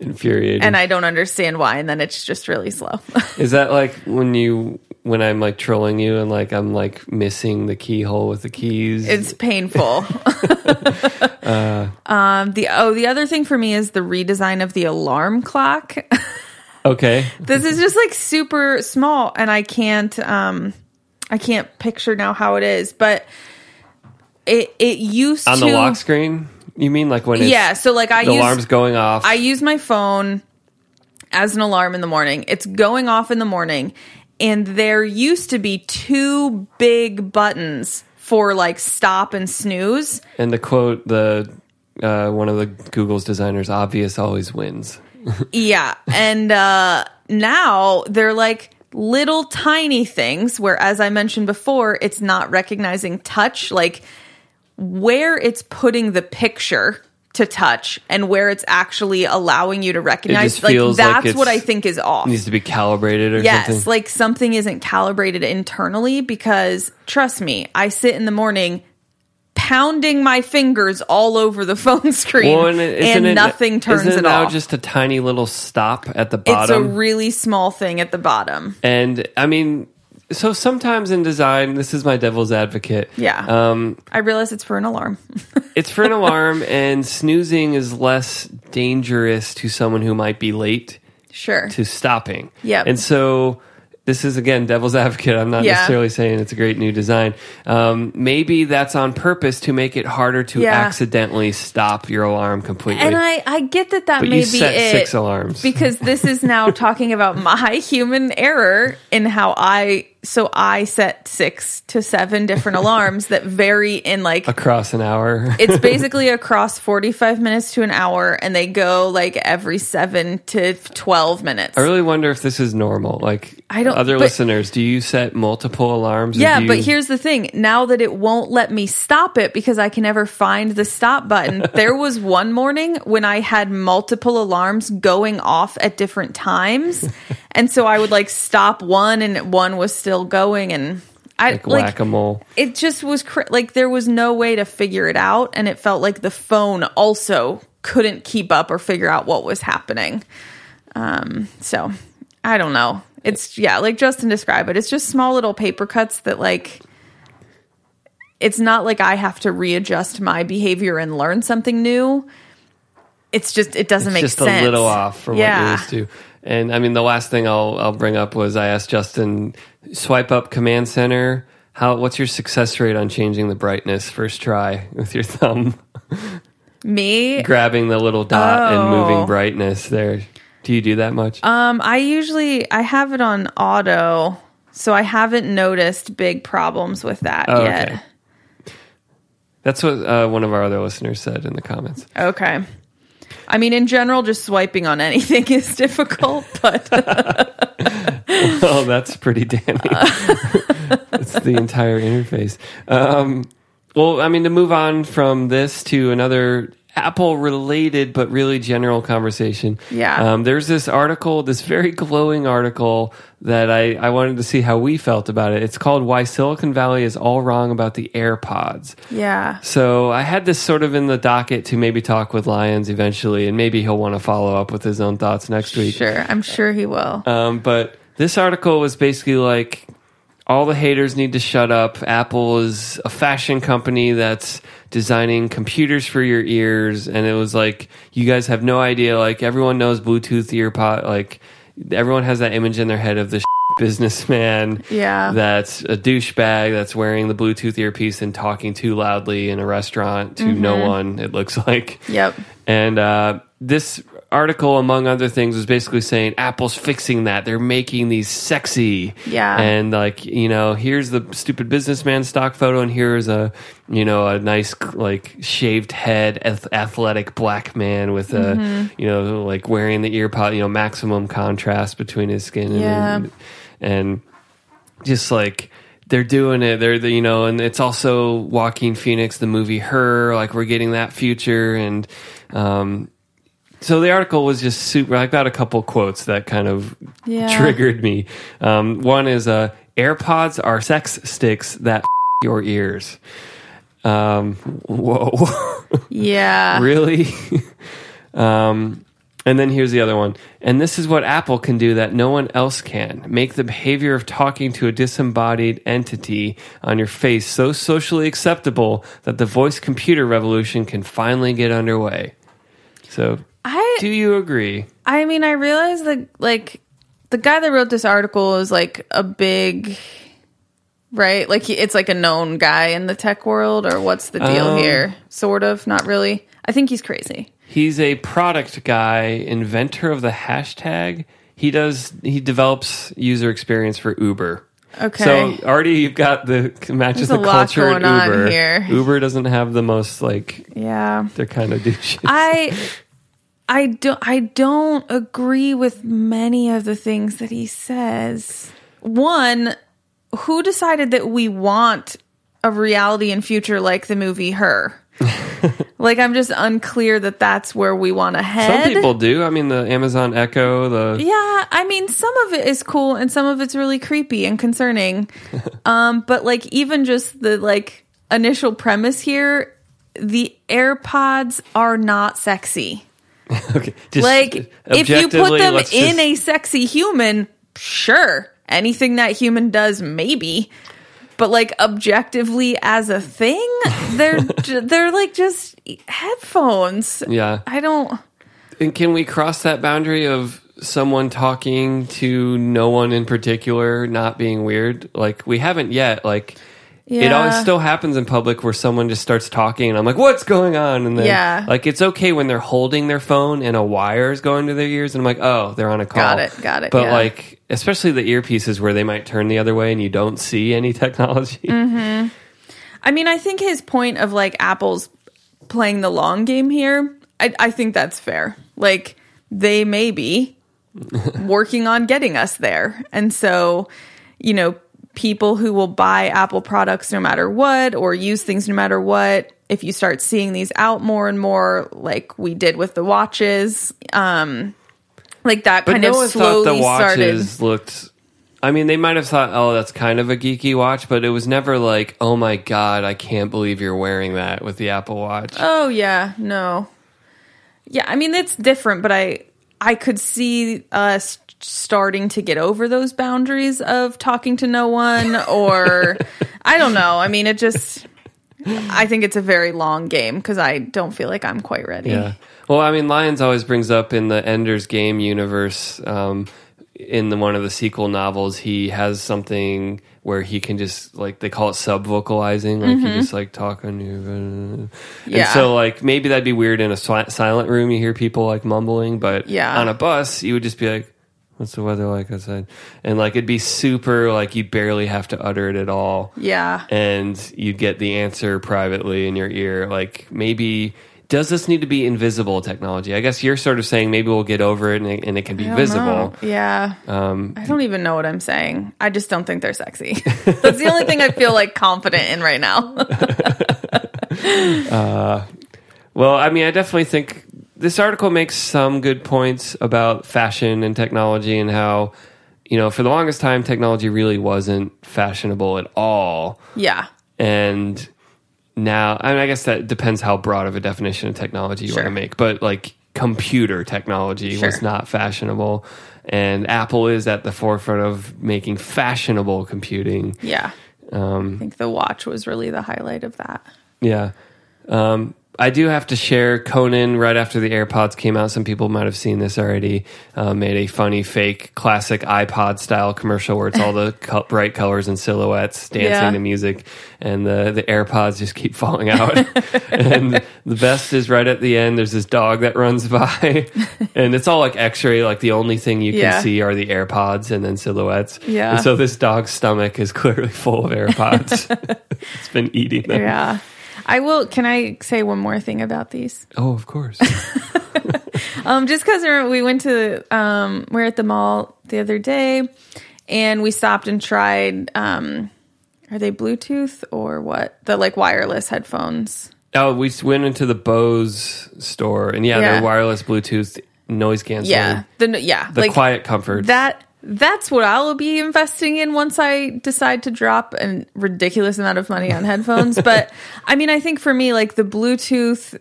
Speaker 1: Infuriating.
Speaker 2: And I don't understand why. And then it's just really slow.
Speaker 1: Is that like when you when I'm like trolling you and like I'm like missing the keyhole with the keys?
Speaker 2: it's painful. um, the oh, the other thing for me is the redesign of the alarm clock.
Speaker 1: okay.
Speaker 2: this is just like super small, and I can't um, I can't picture now how it is, but it it used
Speaker 1: On
Speaker 2: to
Speaker 1: the lock screen? You mean like when it's
Speaker 2: yeah. So like I
Speaker 1: the
Speaker 2: use
Speaker 1: alarm's going off?
Speaker 2: I use my phone as an alarm in the morning. It's going off in the morning, and there used to be two big buttons for like stop and snooze.
Speaker 1: and the quote the uh, one of the Google's designers, obvious always wins.
Speaker 2: Yeah. And uh, now they're like little tiny things where, as I mentioned before, it's not recognizing touch, like where it's putting the picture to touch and where it's actually allowing you to recognize.
Speaker 1: just
Speaker 2: Like,
Speaker 1: feels like
Speaker 2: that's
Speaker 1: it's-
Speaker 2: what I think is off.
Speaker 1: Needs to be calibrated or
Speaker 2: Yes,
Speaker 1: something.
Speaker 2: like something isn't calibrated internally because trust me, I sit in the morning pounding my fingers all over the phone screen
Speaker 1: Well,
Speaker 2: and,
Speaker 1: it- isn't it-
Speaker 2: nothing turns
Speaker 1: isn't
Speaker 2: it
Speaker 1: now
Speaker 2: off.
Speaker 1: just a tiny little stop at the
Speaker 2: it's a
Speaker 1: bottom.
Speaker 2: really small thing at the bottom.
Speaker 1: and I mean, so sometimes in design, this is my devil's advocate.
Speaker 2: Yeah.
Speaker 1: Um,
Speaker 2: I realize it's for an alarm.
Speaker 1: it's for an alarm, and snoozing is less dangerous to someone who might be late
Speaker 2: sure.
Speaker 1: to stopping.
Speaker 2: Yep.
Speaker 1: And so this is again devil's advocate. I'm not
Speaker 2: Yeah.
Speaker 1: necessarily saying it's a great new design. Um, maybe that's on purpose to make it harder to
Speaker 2: Yeah.
Speaker 1: accidentally stop your alarm completely.
Speaker 2: and I, I get that that
Speaker 1: but
Speaker 2: may
Speaker 1: you
Speaker 2: be
Speaker 1: set
Speaker 2: it.
Speaker 1: six alarms.
Speaker 2: because this is now talking about my human error in how I so I set six to seven different alarms that vary in like
Speaker 1: across an hour.
Speaker 2: it's basically across 45 minutes to an hour and they go like every 7 to 12 minutes
Speaker 1: I really wonder if this is normal. Like
Speaker 2: I don't-
Speaker 1: other
Speaker 2: but-
Speaker 1: listeners, do you set multiple alarms? or
Speaker 2: yeah
Speaker 1: do
Speaker 2: but
Speaker 1: you-
Speaker 2: here's the thing now that it won't let me stop it because i can never find the stop button there was one morning when i had multiple alarms going off at different times and so i would like stop one and one was still going and i
Speaker 1: like,
Speaker 2: like
Speaker 1: whack a mole.
Speaker 2: it just was cr- like there was no way to figure it out and it felt like the phone also couldn't keep up or figure out what was happening um so i don't know it's yeah like justin described it it's just small little paper cuts that like it's not like i have to readjust my behavior and learn something new it's just it doesn't
Speaker 1: It's
Speaker 2: make
Speaker 1: just
Speaker 2: sense
Speaker 1: a little off from what
Speaker 2: Yeah.
Speaker 1: you're used to. And I mean, the last thing I'll I'll bring up was I asked Justin, swipe up command center. How what's your success rate on changing the brightness first try with your thumb,
Speaker 2: me
Speaker 1: grabbing the little dot and
Speaker 2: Oh.
Speaker 1: moving brightness there? Do you do that much?
Speaker 2: Um, I usually I have it on auto, so I haven't noticed big problems with that
Speaker 1: Oh,
Speaker 2: yet.
Speaker 1: That's what uh, one of our other listeners said in the comments.
Speaker 2: Okay. I mean, in general, just swiping on anything is difficult, but
Speaker 1: oh, that's pretty damning. it's the entire interface. Um, well, I mean, to move on from this to another Apple related but really general conversation.
Speaker 2: Yeah.
Speaker 1: Um, there's this article, this very glowing article that I, I wanted to see how we felt about it. It's called Why Silicon Valley is All Wrong About the AirPods.
Speaker 2: yeah,
Speaker 1: So I had this sort of in the docket to maybe talk with Lyons eventually, and maybe he'll want to follow up with his own thoughts next week.
Speaker 2: sure. I'm sure he will.
Speaker 1: Um, but this article was basically like all the haters need to shut up. Apple is a fashion company that's designing computers for your ears, and it was like you guys have no idea. Like everyone knows Bluetooth earpod. Like everyone has that image in their head of the businessman
Speaker 2: Yeah.
Speaker 1: that's a douchebag that's wearing the Bluetooth earpiece and talking too loudly in a restaurant to no one. It looks like
Speaker 2: Yep.
Speaker 1: and uh, this article, among other things, was basically saying Apple's fixing that. They're making these sexy.
Speaker 2: Yeah.
Speaker 1: And like, you know, here's the stupid businessman stock photo, and here's a, you know, a nice, like, shaved head, ath- athletic black man with a,
Speaker 2: Mm-hmm.
Speaker 1: you know, like wearing the ear pod, you know, maximum contrast between his skin and.
Speaker 2: Yeah.
Speaker 1: and just like they're doing it. They're the, you know, and it's also Joaquin Phoenix, the movie Her. Like we're getting that future, and um, so the article was just super. I got a couple quotes that kind of
Speaker 2: Yeah.
Speaker 1: triggered me. Um, one is uh, AirPods are sex sticks that f- your ears. Um, whoa.
Speaker 2: Yeah.
Speaker 1: really um, and then here's the other one and this is what apple can do that no one else can make the behavior of talking to a disembodied entity on your face so socially acceptable that the voice computer revolution can finally get underway so
Speaker 2: I
Speaker 1: do you agree
Speaker 2: I mean, I realize that like the guy that wrote this article is like a big right? Like he, it's like a known guy in the tech world or what's the deal
Speaker 1: Um,
Speaker 2: here? Sort of, not really. I think he's crazy.
Speaker 1: he's a product guy inventor of the hashtag he does he develops user experience for uber
Speaker 2: Okay.
Speaker 1: So already you've got the matches
Speaker 2: There's a
Speaker 1: the
Speaker 2: lot
Speaker 1: culture in
Speaker 2: going on
Speaker 1: Uber.
Speaker 2: here.
Speaker 1: Uber doesn't have the most like
Speaker 2: yeah.
Speaker 1: they're kind of douches.
Speaker 2: I I don't I don't agree with many of the things that he says. One, who decided that we want a reality and future like the movie Her? like I'm just unclear that that's where we want to
Speaker 1: Some
Speaker 2: head.
Speaker 1: people do. I mean, the Amazon Echo, the
Speaker 2: yeah, I mean some of it is cool and some of it's really creepy and concerning. um but like even just the like initial premise here, the AirPods are not sexy
Speaker 1: okay, just
Speaker 2: like if you put
Speaker 1: objectively,
Speaker 2: them
Speaker 1: let's
Speaker 2: in
Speaker 1: just-
Speaker 2: a sexy human sure anything that human does maybe but like objectively as a thing they're ju- they're like just headphones
Speaker 1: yeah.
Speaker 2: i don't
Speaker 1: And can we cross that boundary of someone talking to no one in particular, not being weird? Like we haven't yet. Like it
Speaker 2: Yeah.
Speaker 1: always still happens in public where someone just starts talking, and I'm like, "What's going on?" And then
Speaker 2: Yeah.
Speaker 1: like it's okay when they're holding their phone and a wire is going to their ears, and I'm like, "Oh, they're on a call."
Speaker 2: Got it, got it,
Speaker 1: But
Speaker 2: yeah.
Speaker 1: like especially the earpieces where they might turn the other way and you don't see any technology.
Speaker 2: Mm-hmm, i mean i think his point of like apple's playing the long game here i, I think that's fair like they may be working on getting us there. And so, you know, people who will buy Apple products no matter what or use things no matter what, if you start seeing these out more and more, like we did with the watches, um, like that
Speaker 1: But
Speaker 2: kind
Speaker 1: no
Speaker 2: of
Speaker 1: one
Speaker 2: slowly
Speaker 1: thought the
Speaker 2: started.
Speaker 1: watches looked. I mean, they might have thought, "Oh, that's kind of a geeky watch," but it was never like, "Oh my god, I can't believe you're wearing that with the Apple Watch."
Speaker 2: Oh yeah, no. Yeah, I mean it's different, but I I could see us starting to get over those boundaries of talking to no one or I don't know. I mean it just I think it's a very long game cuz I don't feel like I'm quite ready.
Speaker 1: yeah. Well, I mean, Lyons always brings up in the Ender's Game universe. Um, in the, one of the sequel novels, he has something where he can just like they call it sub vocalizing, like you just like talk on you. And
Speaker 2: Mm-hmm. Yeah.
Speaker 1: so, like maybe that'd be weird in a si- silent room. You hear people like mumbling, but
Speaker 2: Yeah.
Speaker 1: on a bus, you would just be like, "What's the weather like outside?" And like it'd be super like you barely have to utter it at all
Speaker 2: Yeah.
Speaker 1: and you get the answer privately in your ear. Like maybe does this need to be invisible technology? I guess you're sort of saying maybe we'll get over it and it, and it can be
Speaker 2: I don't
Speaker 1: visible.
Speaker 2: know. Yeah. I don't even know what I'm saying. I just don't think they're sexy. That's the only thing I feel like confident in right now.
Speaker 1: Well, I mean, I definitely think this article makes some good points about fashion and technology and how you know for the longest time technology really wasn't fashionable at all.
Speaker 2: yeah.
Speaker 1: and now I, mean, I guess that depends how broad of a definition of technology you
Speaker 2: Sure.
Speaker 1: want to make but like computer technology
Speaker 2: Sure.
Speaker 1: was not fashionable and Apple is at the forefront of making fashionable computing.
Speaker 2: Yeah. Um, I think the watch was really the highlight of that.
Speaker 1: Yeah. Um, I do have to share Conan right after the AirPods came out. Some people might have seen this already. Uh, made a funny fake classic iPod style commercial where it's all the co- bright colors and silhouettes dancing
Speaker 2: Yeah.
Speaker 1: to music, and the the AirPods just keep falling out. and the best is right at the end. There's this dog that runs by, and it's all like X-ray. Like the only thing you
Speaker 2: Yeah.
Speaker 1: can see are the AirPods and then silhouettes.
Speaker 2: Yeah.
Speaker 1: And so this dog's stomach is clearly full of AirPods. it's been eating them.
Speaker 2: Yeah. I will. Can I say one more thing about these?
Speaker 1: Oh, of course.
Speaker 2: Um, just because we went to, um, we are at the mall the other day, and we stopped and tried. Um, are they Bluetooth or what? The like wireless headphones.
Speaker 1: Oh, we s- went into the Bose store, and yeah,
Speaker 2: Yeah.
Speaker 1: they're wireless Bluetooth noise canceling.
Speaker 2: Yeah. The yeah.
Speaker 1: the quiet comfort.
Speaker 2: that that's what I'll be investing in once I decide to drop a ridiculous amount of money on headphones. but I mean, I think for me, like the Bluetooth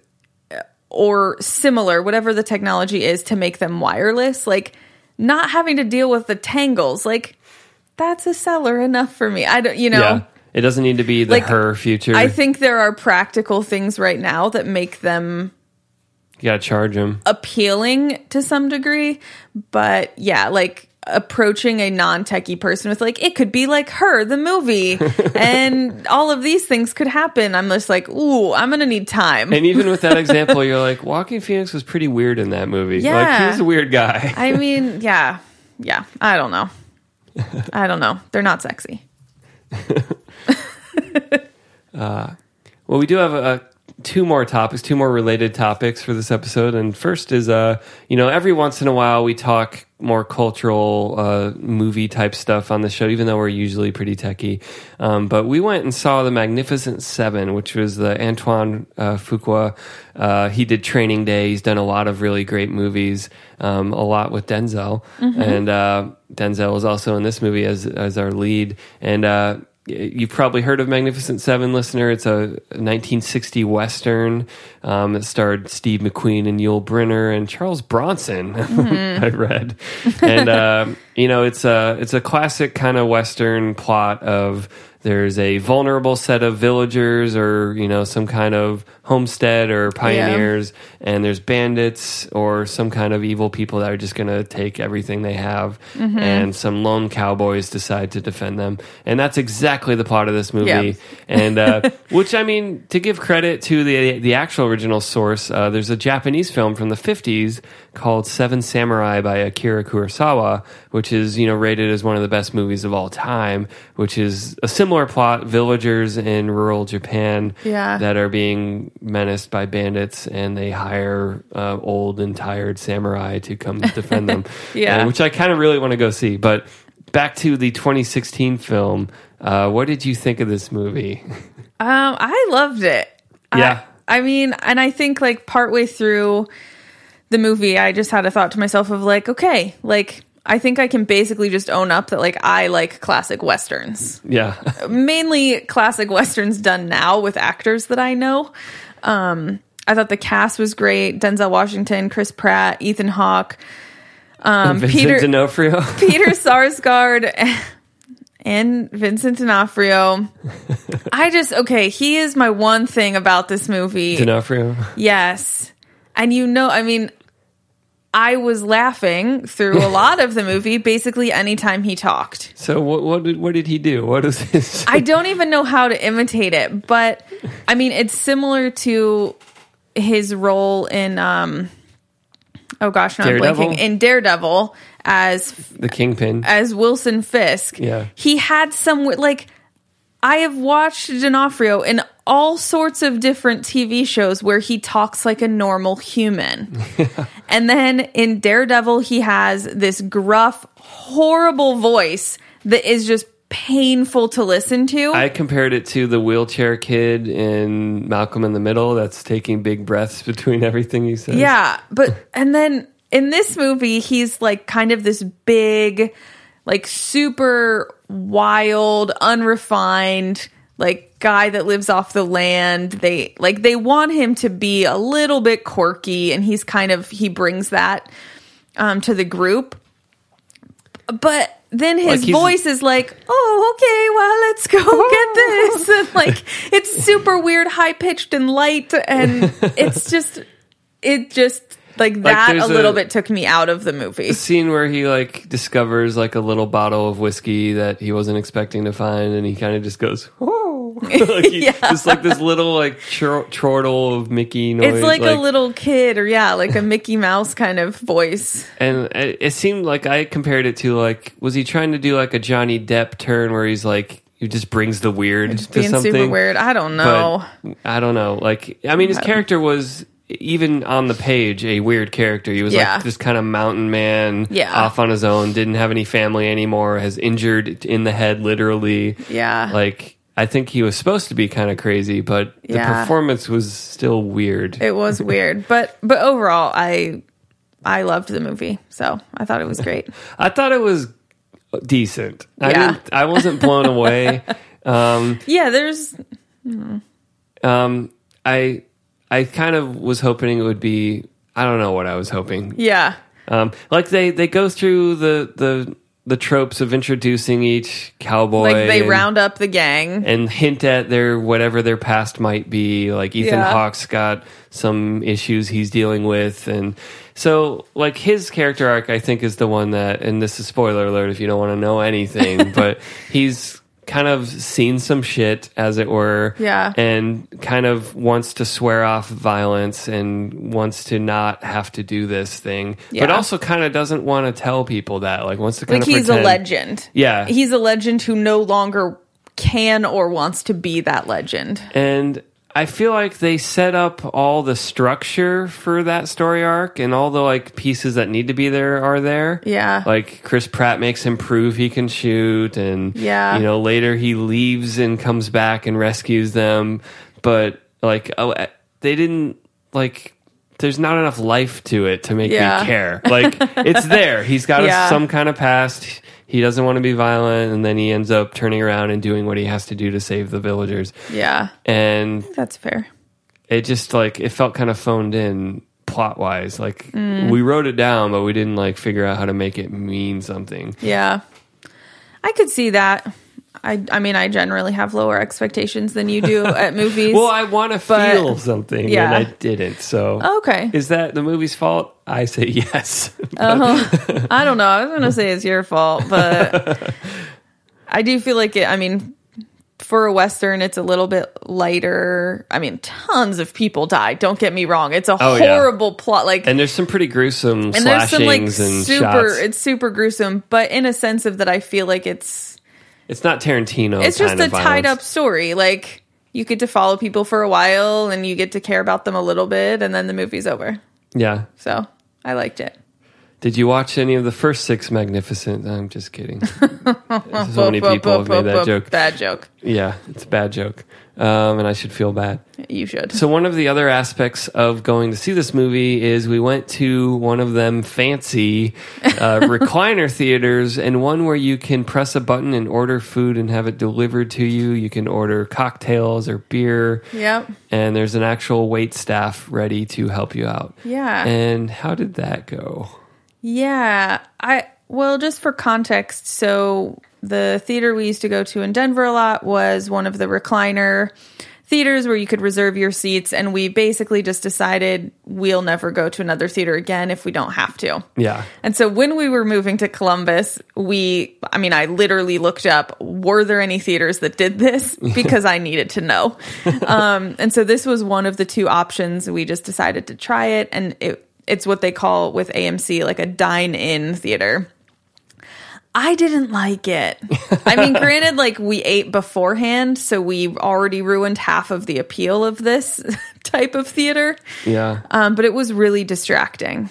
Speaker 2: uh, or similar, whatever the technology is to make them wireless, like not having to deal with the tangles, like that's a seller enough for me. I don't, you know.
Speaker 1: yeah, it doesn't need to be the
Speaker 2: Like,
Speaker 1: her future.
Speaker 2: I think there are practical things right now that make them
Speaker 1: you gotta charge them.
Speaker 2: Uh, appealing to some degree, but yeah, like approaching a non-techie person with like it could be like her the movie and all of these things could happen i'm just like ooh i'm gonna need time
Speaker 1: and even with that example, you're like, Walking Phoenix was pretty weird in that movie.
Speaker 2: Yeah.
Speaker 1: like he's a weird guy.
Speaker 2: i mean yeah yeah i don't know i don't know they're not sexy
Speaker 1: Well, we do have uh, two more topics, two more related topics for this episode. And first is, uh, you know, every once in a while we talk more cultural uh, movie type stuff on the show, even though we're usually pretty techy. Um, but we went and saw The Magnificent Seven, which was the Antoine uh, Fuqua. Uh, he did Training Day. He's done a lot of really great movies, um, a lot with Denzel. And uh, Denzel is also in this movie as, as our lead. And, uh, you've probably heard of Magnificent Seven, listener. It's a 1960 Western um, that starred Steve McQueen and Yul Brynner and Charles Bronson, I read. And, um you know, it's a, it's a classic kind of Western plot of there's a vulnerable set of villagers or, you know, some kind of homestead or pioneers, and there's bandits or some kind of evil people that are just going to take everything they have, and some lone cowboys decide to defend them, and that's exactly the plot of this movie.
Speaker 2: Yeah.
Speaker 1: And uh, which I mean, to give credit to the the actual original source, uh, there's a Japanese film from the 50s called Seven Samurai by Akira Kurosawa, which is you know rated as one of the best movies of all time. Which is a similar plot: villagers in rural Japan
Speaker 2: Yeah.
Speaker 1: that are being menaced by bandits, and they hire uh, old and tired samurai to come defend them.
Speaker 2: Yeah.
Speaker 1: Uh, which I kind of really want to go see. But back to the 2016 film. Uh, what did you think of this movie?
Speaker 2: Um, I loved it.
Speaker 1: Yeah.
Speaker 2: I, I mean, and I think like partway through the movie, I just had a thought to myself of like, okay, like I think I can basically just own up that like I like classic westerns,
Speaker 1: yeah,
Speaker 2: mainly classic westerns done now with actors that I know. Um, I thought the cast was great: Denzel Washington, Chris Pratt, Ethan Hawke, um,
Speaker 1: Vincent
Speaker 2: Peter
Speaker 1: D'Onofrio.
Speaker 2: Peter Sarsgaard and Vincent D'Onofrio. I just okay, he is my one thing about this movie.
Speaker 1: D'Onofrio.
Speaker 2: Yes. And you know, I mean, I was laughing through a lot of the movie basically anytime he talked.
Speaker 1: So what? What did what did he do? What is his?
Speaker 2: I don't even know how to imitate it, but I mean, it's similar to his role in um oh gosh, now I'm
Speaker 1: Daredevil?
Speaker 2: blanking in Daredevil as
Speaker 1: the kingpin.
Speaker 2: as Wilson Fisk.
Speaker 1: Yeah.
Speaker 2: He had some like I have watched D'Onofrio in all sorts of different TV shows where he talks like a normal human. and then in Daredevil he has this gruff, horrible voice that is just painful to listen to.
Speaker 1: I compared it to the wheelchair kid in Malcolm in the Middle that's taking big breaths between everything he says.
Speaker 2: Yeah, but and then in this movie, he's like kind of this big, like super wild, unrefined, like guy that lives off the land. They like they want him to be a little bit quirky, and he's kind of he brings that um, to the group. But then his
Speaker 1: Like, he's-
Speaker 2: voice is like, "Oh, okay, well, let's go get this." And like it's super weird, high pitched and light and it's just it just like that
Speaker 1: there's
Speaker 2: a little
Speaker 1: a-
Speaker 2: bit took me out of the movie.
Speaker 1: scene where he like discovers like a little bottle of whiskey that he wasn't expecting to find and he kind of just goes oh like he,
Speaker 2: Yeah.
Speaker 1: just like this little like chor- chortle of mickey noise
Speaker 2: It's like, a little kid or yeah, like a Mickey Mouse kind of voice.
Speaker 1: and it, it seemed like i compared it to like was he trying to do like a johnny depp turn where he's like he just brings the weird to
Speaker 2: Being
Speaker 1: something
Speaker 2: super weird. I don't know.
Speaker 1: but I don't know. Like, I mean, his character was even on the page a weird character. He was
Speaker 2: Yeah.
Speaker 1: like this kind of mountain man,
Speaker 2: Yeah.
Speaker 1: off on his own, didn't have any family anymore, has injured in the head literally.
Speaker 2: Yeah.
Speaker 1: Like, I think he was supposed to be kind of crazy, but the
Speaker 2: Yeah.
Speaker 1: performance was still weird.
Speaker 2: it was weird. But but overall I I loved the movie. So I thought it was great.
Speaker 1: I thought it was decent. I
Speaker 2: Yeah.
Speaker 1: didn't. I wasn't blown away. Um,
Speaker 2: Yeah, there's
Speaker 1: um, I. I kind of was hoping it would be. I don't know what I was hoping.
Speaker 2: yeah.
Speaker 1: Um, like they they go through the the the tropes of introducing each cowboy,
Speaker 2: Like they
Speaker 1: and,
Speaker 2: round up the gang.
Speaker 1: and hint at their whatever their past might be. Like Ethan
Speaker 2: Yeah.
Speaker 1: Hawke's got some issues he's dealing with, and so like his character arc, I think, is the one that. And this is spoiler alert if you don't want to know anything, but he's kind of seen some shit, as it were,
Speaker 2: Yeah.
Speaker 1: and kind of wants to swear off violence and wants to not have to do this thing, but
Speaker 2: Yeah.
Speaker 1: also kind of doesn't want to tell people that. Like wants to kind
Speaker 2: Like
Speaker 1: of
Speaker 2: he's a
Speaker 1: pretend-
Speaker 2: legend.
Speaker 1: Yeah.
Speaker 2: He's a legend who no longer can or wants to be that legend.
Speaker 1: and I feel like they set up all the structure for that story arc, and all the like pieces that need to be there are there.
Speaker 2: Yeah.
Speaker 1: like Chris Pratt makes him prove he can shoot, and
Speaker 2: Yeah.
Speaker 1: you know later he leaves and comes back and rescues them, but like oh, eh, they didn't like. There's not enough life to it to make
Speaker 2: Yeah.
Speaker 1: me care. Like it's there. He's got a-
Speaker 2: Yeah.
Speaker 1: some kind of past. He doesn't want to be violent, and then he ends up turning around and doing what he has to do to save the villagers.
Speaker 2: Yeah.
Speaker 1: And
Speaker 2: That's fair.
Speaker 1: it just like it felt kind of phoned in plot wise like
Speaker 2: Mm.
Speaker 1: we wrote it down but we didn't like figure out how to make it mean something
Speaker 2: Yeah. I could see that. I I mean I generally have lower expectations than you do at movies.
Speaker 1: well i want to
Speaker 2: But-
Speaker 1: feel something and
Speaker 2: yeah. Oh.
Speaker 1: i didn't so
Speaker 2: okay.
Speaker 1: is that the movie's fault i say yes
Speaker 2: I don't know. I was going to say it's your fault, but I do feel like it. I mean, for a Western, it's a little bit lighter. I mean, tons of people die. Don't get me wrong. It's a
Speaker 1: Oh, yeah.
Speaker 2: horrible plot. Like,
Speaker 1: and there's some pretty gruesome
Speaker 2: and
Speaker 1: slashings
Speaker 2: there's some like
Speaker 1: and
Speaker 2: super,
Speaker 1: shots it's,
Speaker 2: it's super gruesome, but in a sense of that, I feel like it's,
Speaker 1: not tarantino
Speaker 2: it's just
Speaker 1: kind
Speaker 2: a
Speaker 1: of
Speaker 2: tied
Speaker 1: violence.
Speaker 2: up story. Like, you get to follow people for a while and you get to care about them a little bit, and then the movie's over.
Speaker 1: yeah
Speaker 2: So I liked it.
Speaker 1: did you watch any of the first six magnificent i'm just kidding so many
Speaker 2: Whoop, whoop,
Speaker 1: people have made
Speaker 2: whoop,
Speaker 1: that
Speaker 2: whoop,
Speaker 1: joke
Speaker 2: Bad joke.
Speaker 1: yeah it's a bad joke um, and i should feel bad
Speaker 2: You should.
Speaker 1: So one of the other aspects of going to see this movie is we went to one of them fancy uh, recliner theaters and one where you can press a button and order food and have it delivered to you. You can order cocktails or beer.
Speaker 2: Yep.
Speaker 1: And there's an actual wait staff ready to help you out.
Speaker 2: Yeah.
Speaker 1: And how did that go?
Speaker 2: Yeah, I well, just for context, so the theater we used to go to in Denver a lot was one of the recliner theaters where you could reserve your seats and we basically just decided we'll never go to another theater again if we don't have to.
Speaker 1: Yeah.
Speaker 2: And so when we were moving to Columbus, we, I mean, I literally looked up, were there any theaters that did this? Because I needed to know. Um, and so this was one of the two options. We just decided to try it. And it, it's what they call with AMC like a dine in theater. I didn't like it. I mean, granted, like we ate beforehand, so we already ruined half of the appeal of this type of theater,
Speaker 1: Yeah.
Speaker 2: um, but it was really distracting.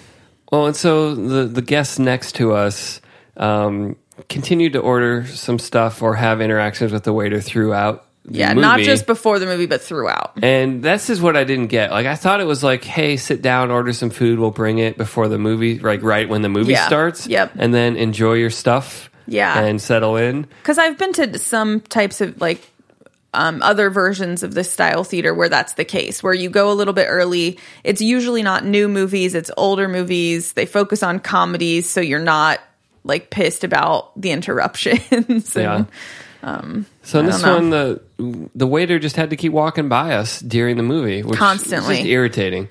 Speaker 1: Well, and so the the guests next to us um, continued to order some stuff or have interactions with the waiter throughout. the
Speaker 2: Yeah, not
Speaker 1: movie.
Speaker 2: just before the movie, but throughout.
Speaker 1: And this is what I didn't get. Like I thought it was like, hey, sit down, order some food, we'll bring it before the movie, like right when the movie
Speaker 2: Yeah.
Speaker 1: starts.
Speaker 2: Yep.
Speaker 1: And then enjoy your stuff.
Speaker 2: Yeah.
Speaker 1: And settle in.
Speaker 2: Because I've been to some types of like um, other versions of this style theater where that's the case, where you go a little bit early. It's usually not new movies, it's older movies. They focus on comedies, so you're not like pissed about the interruptions.
Speaker 1: Yeah.
Speaker 2: and-
Speaker 1: so in this
Speaker 2: Mm-hmm. Um, don't know.
Speaker 1: one, the the waiter just had to keep walking by us during the movie, which
Speaker 2: Constantly.
Speaker 1: is just irritating.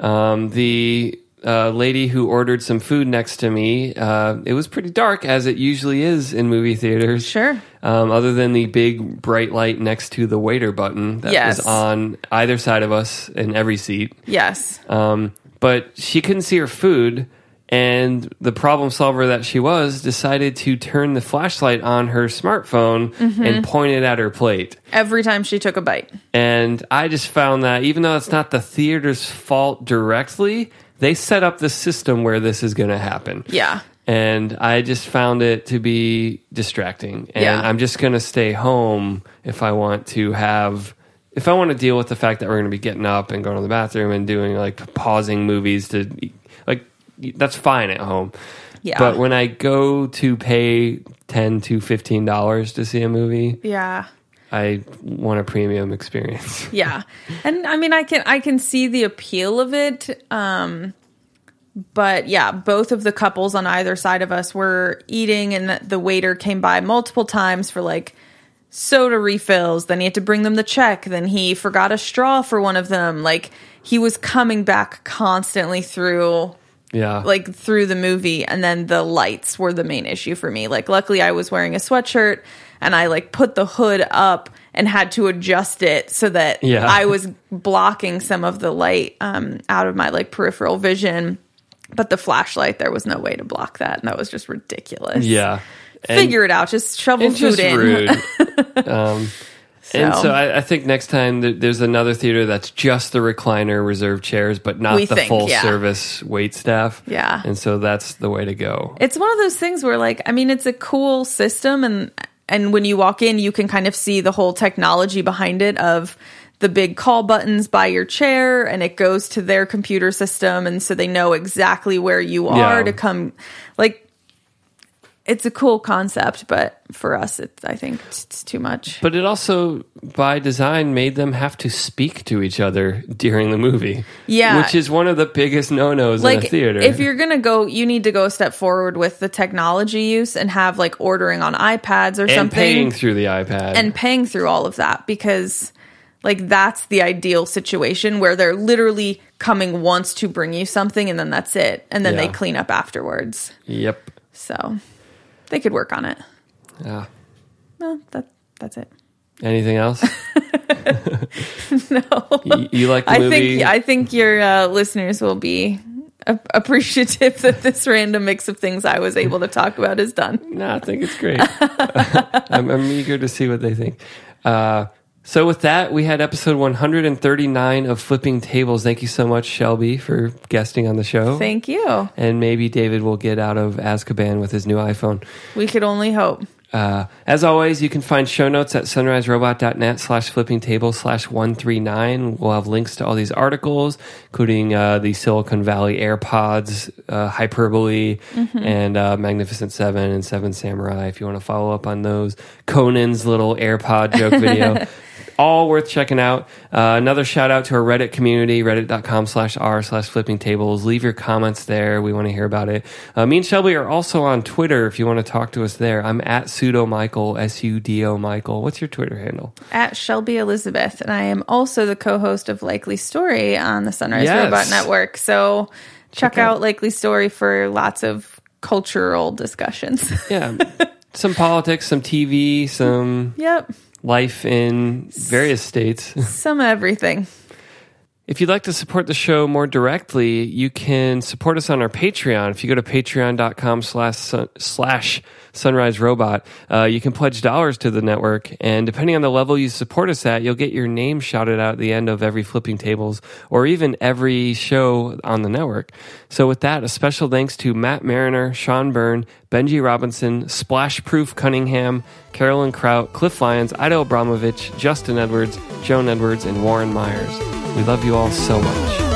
Speaker 1: Um, the uh, lady who ordered some food next to me, uh, it was pretty dark as it usually is in movie theaters.
Speaker 2: Sure.
Speaker 1: Um, other than the big bright light next to the waiter button that
Speaker 2: Yes.
Speaker 1: was on either side of us in every seat.
Speaker 2: Yes.
Speaker 1: Um, but she couldn't see her food, and the problem solver that she was decided to turn the flashlight on her smartphone and point it at her plate.
Speaker 2: Every time she took a bite.
Speaker 1: And I just found that even though it's not the theater's fault directly, they set up the system where this is going to happen.
Speaker 2: Yeah.
Speaker 1: And I just found it to be distracting. And
Speaker 2: Yeah.
Speaker 1: I'm just going to stay home if I want to have, if I want to deal with the fact that we're going to be getting up and going to the bathroom and doing like pausing movies to, like, that's fine at home.
Speaker 2: Yeah.
Speaker 1: But when I go to pay 10 to $15 to see a movie,
Speaker 2: Yeah.
Speaker 1: I want a premium experience.
Speaker 2: yeah and i mean i can i can see the appeal of it um but yeah both of the couples on either side of us were eating and the waiter came by multiple times for like soda refills then he had to bring them the check then he forgot a straw for one of them like he was coming back constantly through
Speaker 1: Yeah.
Speaker 2: like through the movie and then the lights were the main issue for me like luckily i was wearing a sweatshirt and i like put the hood up and had to adjust it so that
Speaker 1: Yeah.
Speaker 2: i was blocking some of the light um, out of my like peripheral vision but the flashlight there was no way to block that and that was just ridiculous
Speaker 1: yeah. And-
Speaker 2: figure it out just shovel
Speaker 1: and
Speaker 2: food
Speaker 1: just
Speaker 2: in
Speaker 1: rude. um, And
Speaker 2: So-
Speaker 1: so I, I think next time th- there's another theater that's just the recliner reserved chairs, but not
Speaker 2: We
Speaker 1: the
Speaker 2: think,
Speaker 1: full
Speaker 2: yeah.
Speaker 1: service wait staff.
Speaker 2: Yeah.
Speaker 1: And so that's the way to go.
Speaker 2: it's one of those things where like i mean it's a cool system and and when you walk in you can kind of see the whole technology behind it of the big call buttons by your chair and it goes to their computer system and so they know exactly where you are
Speaker 1: Yeah.
Speaker 2: to come like it's a cool concept but for us it's i think it's it's too much
Speaker 1: But it also, by design, made them have to speak to each other during the movie.
Speaker 2: Yeah.
Speaker 1: Which is one of the biggest no nos in a theater.
Speaker 2: If you're gonna go, you need to go a step forward with the technology use and have like ordering on iPads or
Speaker 1: and
Speaker 2: something.
Speaker 1: paying through the iPad.
Speaker 2: and paying through all of that because like that's the ideal situation where they're literally coming once to bring you something and then that's it and then they
Speaker 1: Yeah.
Speaker 2: clean up afterwards
Speaker 1: yep.
Speaker 2: so they could work on it
Speaker 1: Ah.
Speaker 2: no that that's it
Speaker 1: anything else?
Speaker 2: no
Speaker 1: you, you like the
Speaker 2: i
Speaker 1: movie?
Speaker 2: think i think your uh, listeners will be a- appreciative that this random mix of things i was able to talk about is done
Speaker 1: No, I think it's great. I'm, I'm eager to see what they think. Uh, so, with that, we had episode 139 of Flipping Tables. Thank you so much, Shelby, for guesting on the show.
Speaker 2: thank you
Speaker 1: and maybe David will get out of Azkaban with his new iPhone.
Speaker 2: we could only hope
Speaker 1: Uh, as always, you can find show notes at sunriserobot.net slash flipping table slash 139. We'll have links to all these articles, including uh, the Silicon Valley AirPods, uh, Hyperbole, and uh, Magnificent Seven and Seven Samurai if you want to follow up on those. Conan's little AirPod joke video. all worth checking out. Uh, another shout out to our Reddit community, reddit.com slash r slash flipping tables. Leave your comments there. We want to hear about it. Uh, me and Shelby are also on Twitter if you want to talk to us there. I'm at pseudo Michael, S U D O Michael. What's your Twitter handle?
Speaker 2: at Shelby Elizabeth, and I am also the co-host of Likely Story on the Sunrise
Speaker 1: Yes.
Speaker 2: Robot Network. So check out Likely Story for lots of cultural discussions.
Speaker 1: Yeah. some politics, some TV, some
Speaker 2: yep,
Speaker 1: life in various states.
Speaker 2: some everything.
Speaker 1: If you'd like to support the show more directly, you can support us on our Patreon. If you go to patreon.com slash, sun- slash sunrise robot, uh, you can pledge dollars to the network. And depending on the level you support us at, you'll get your name shouted out at the end of every flipping tables or even every show on the network. So with that, a special thanks to Matt Mariner, Sean Byrne, Benji Robinson, Splash Proof Cunningham, Carolyn Kraut, Cliff Lyons, Ido Abramovich, Justin Edwards, Joan Edwards, and Warren Myers. We love you all so much.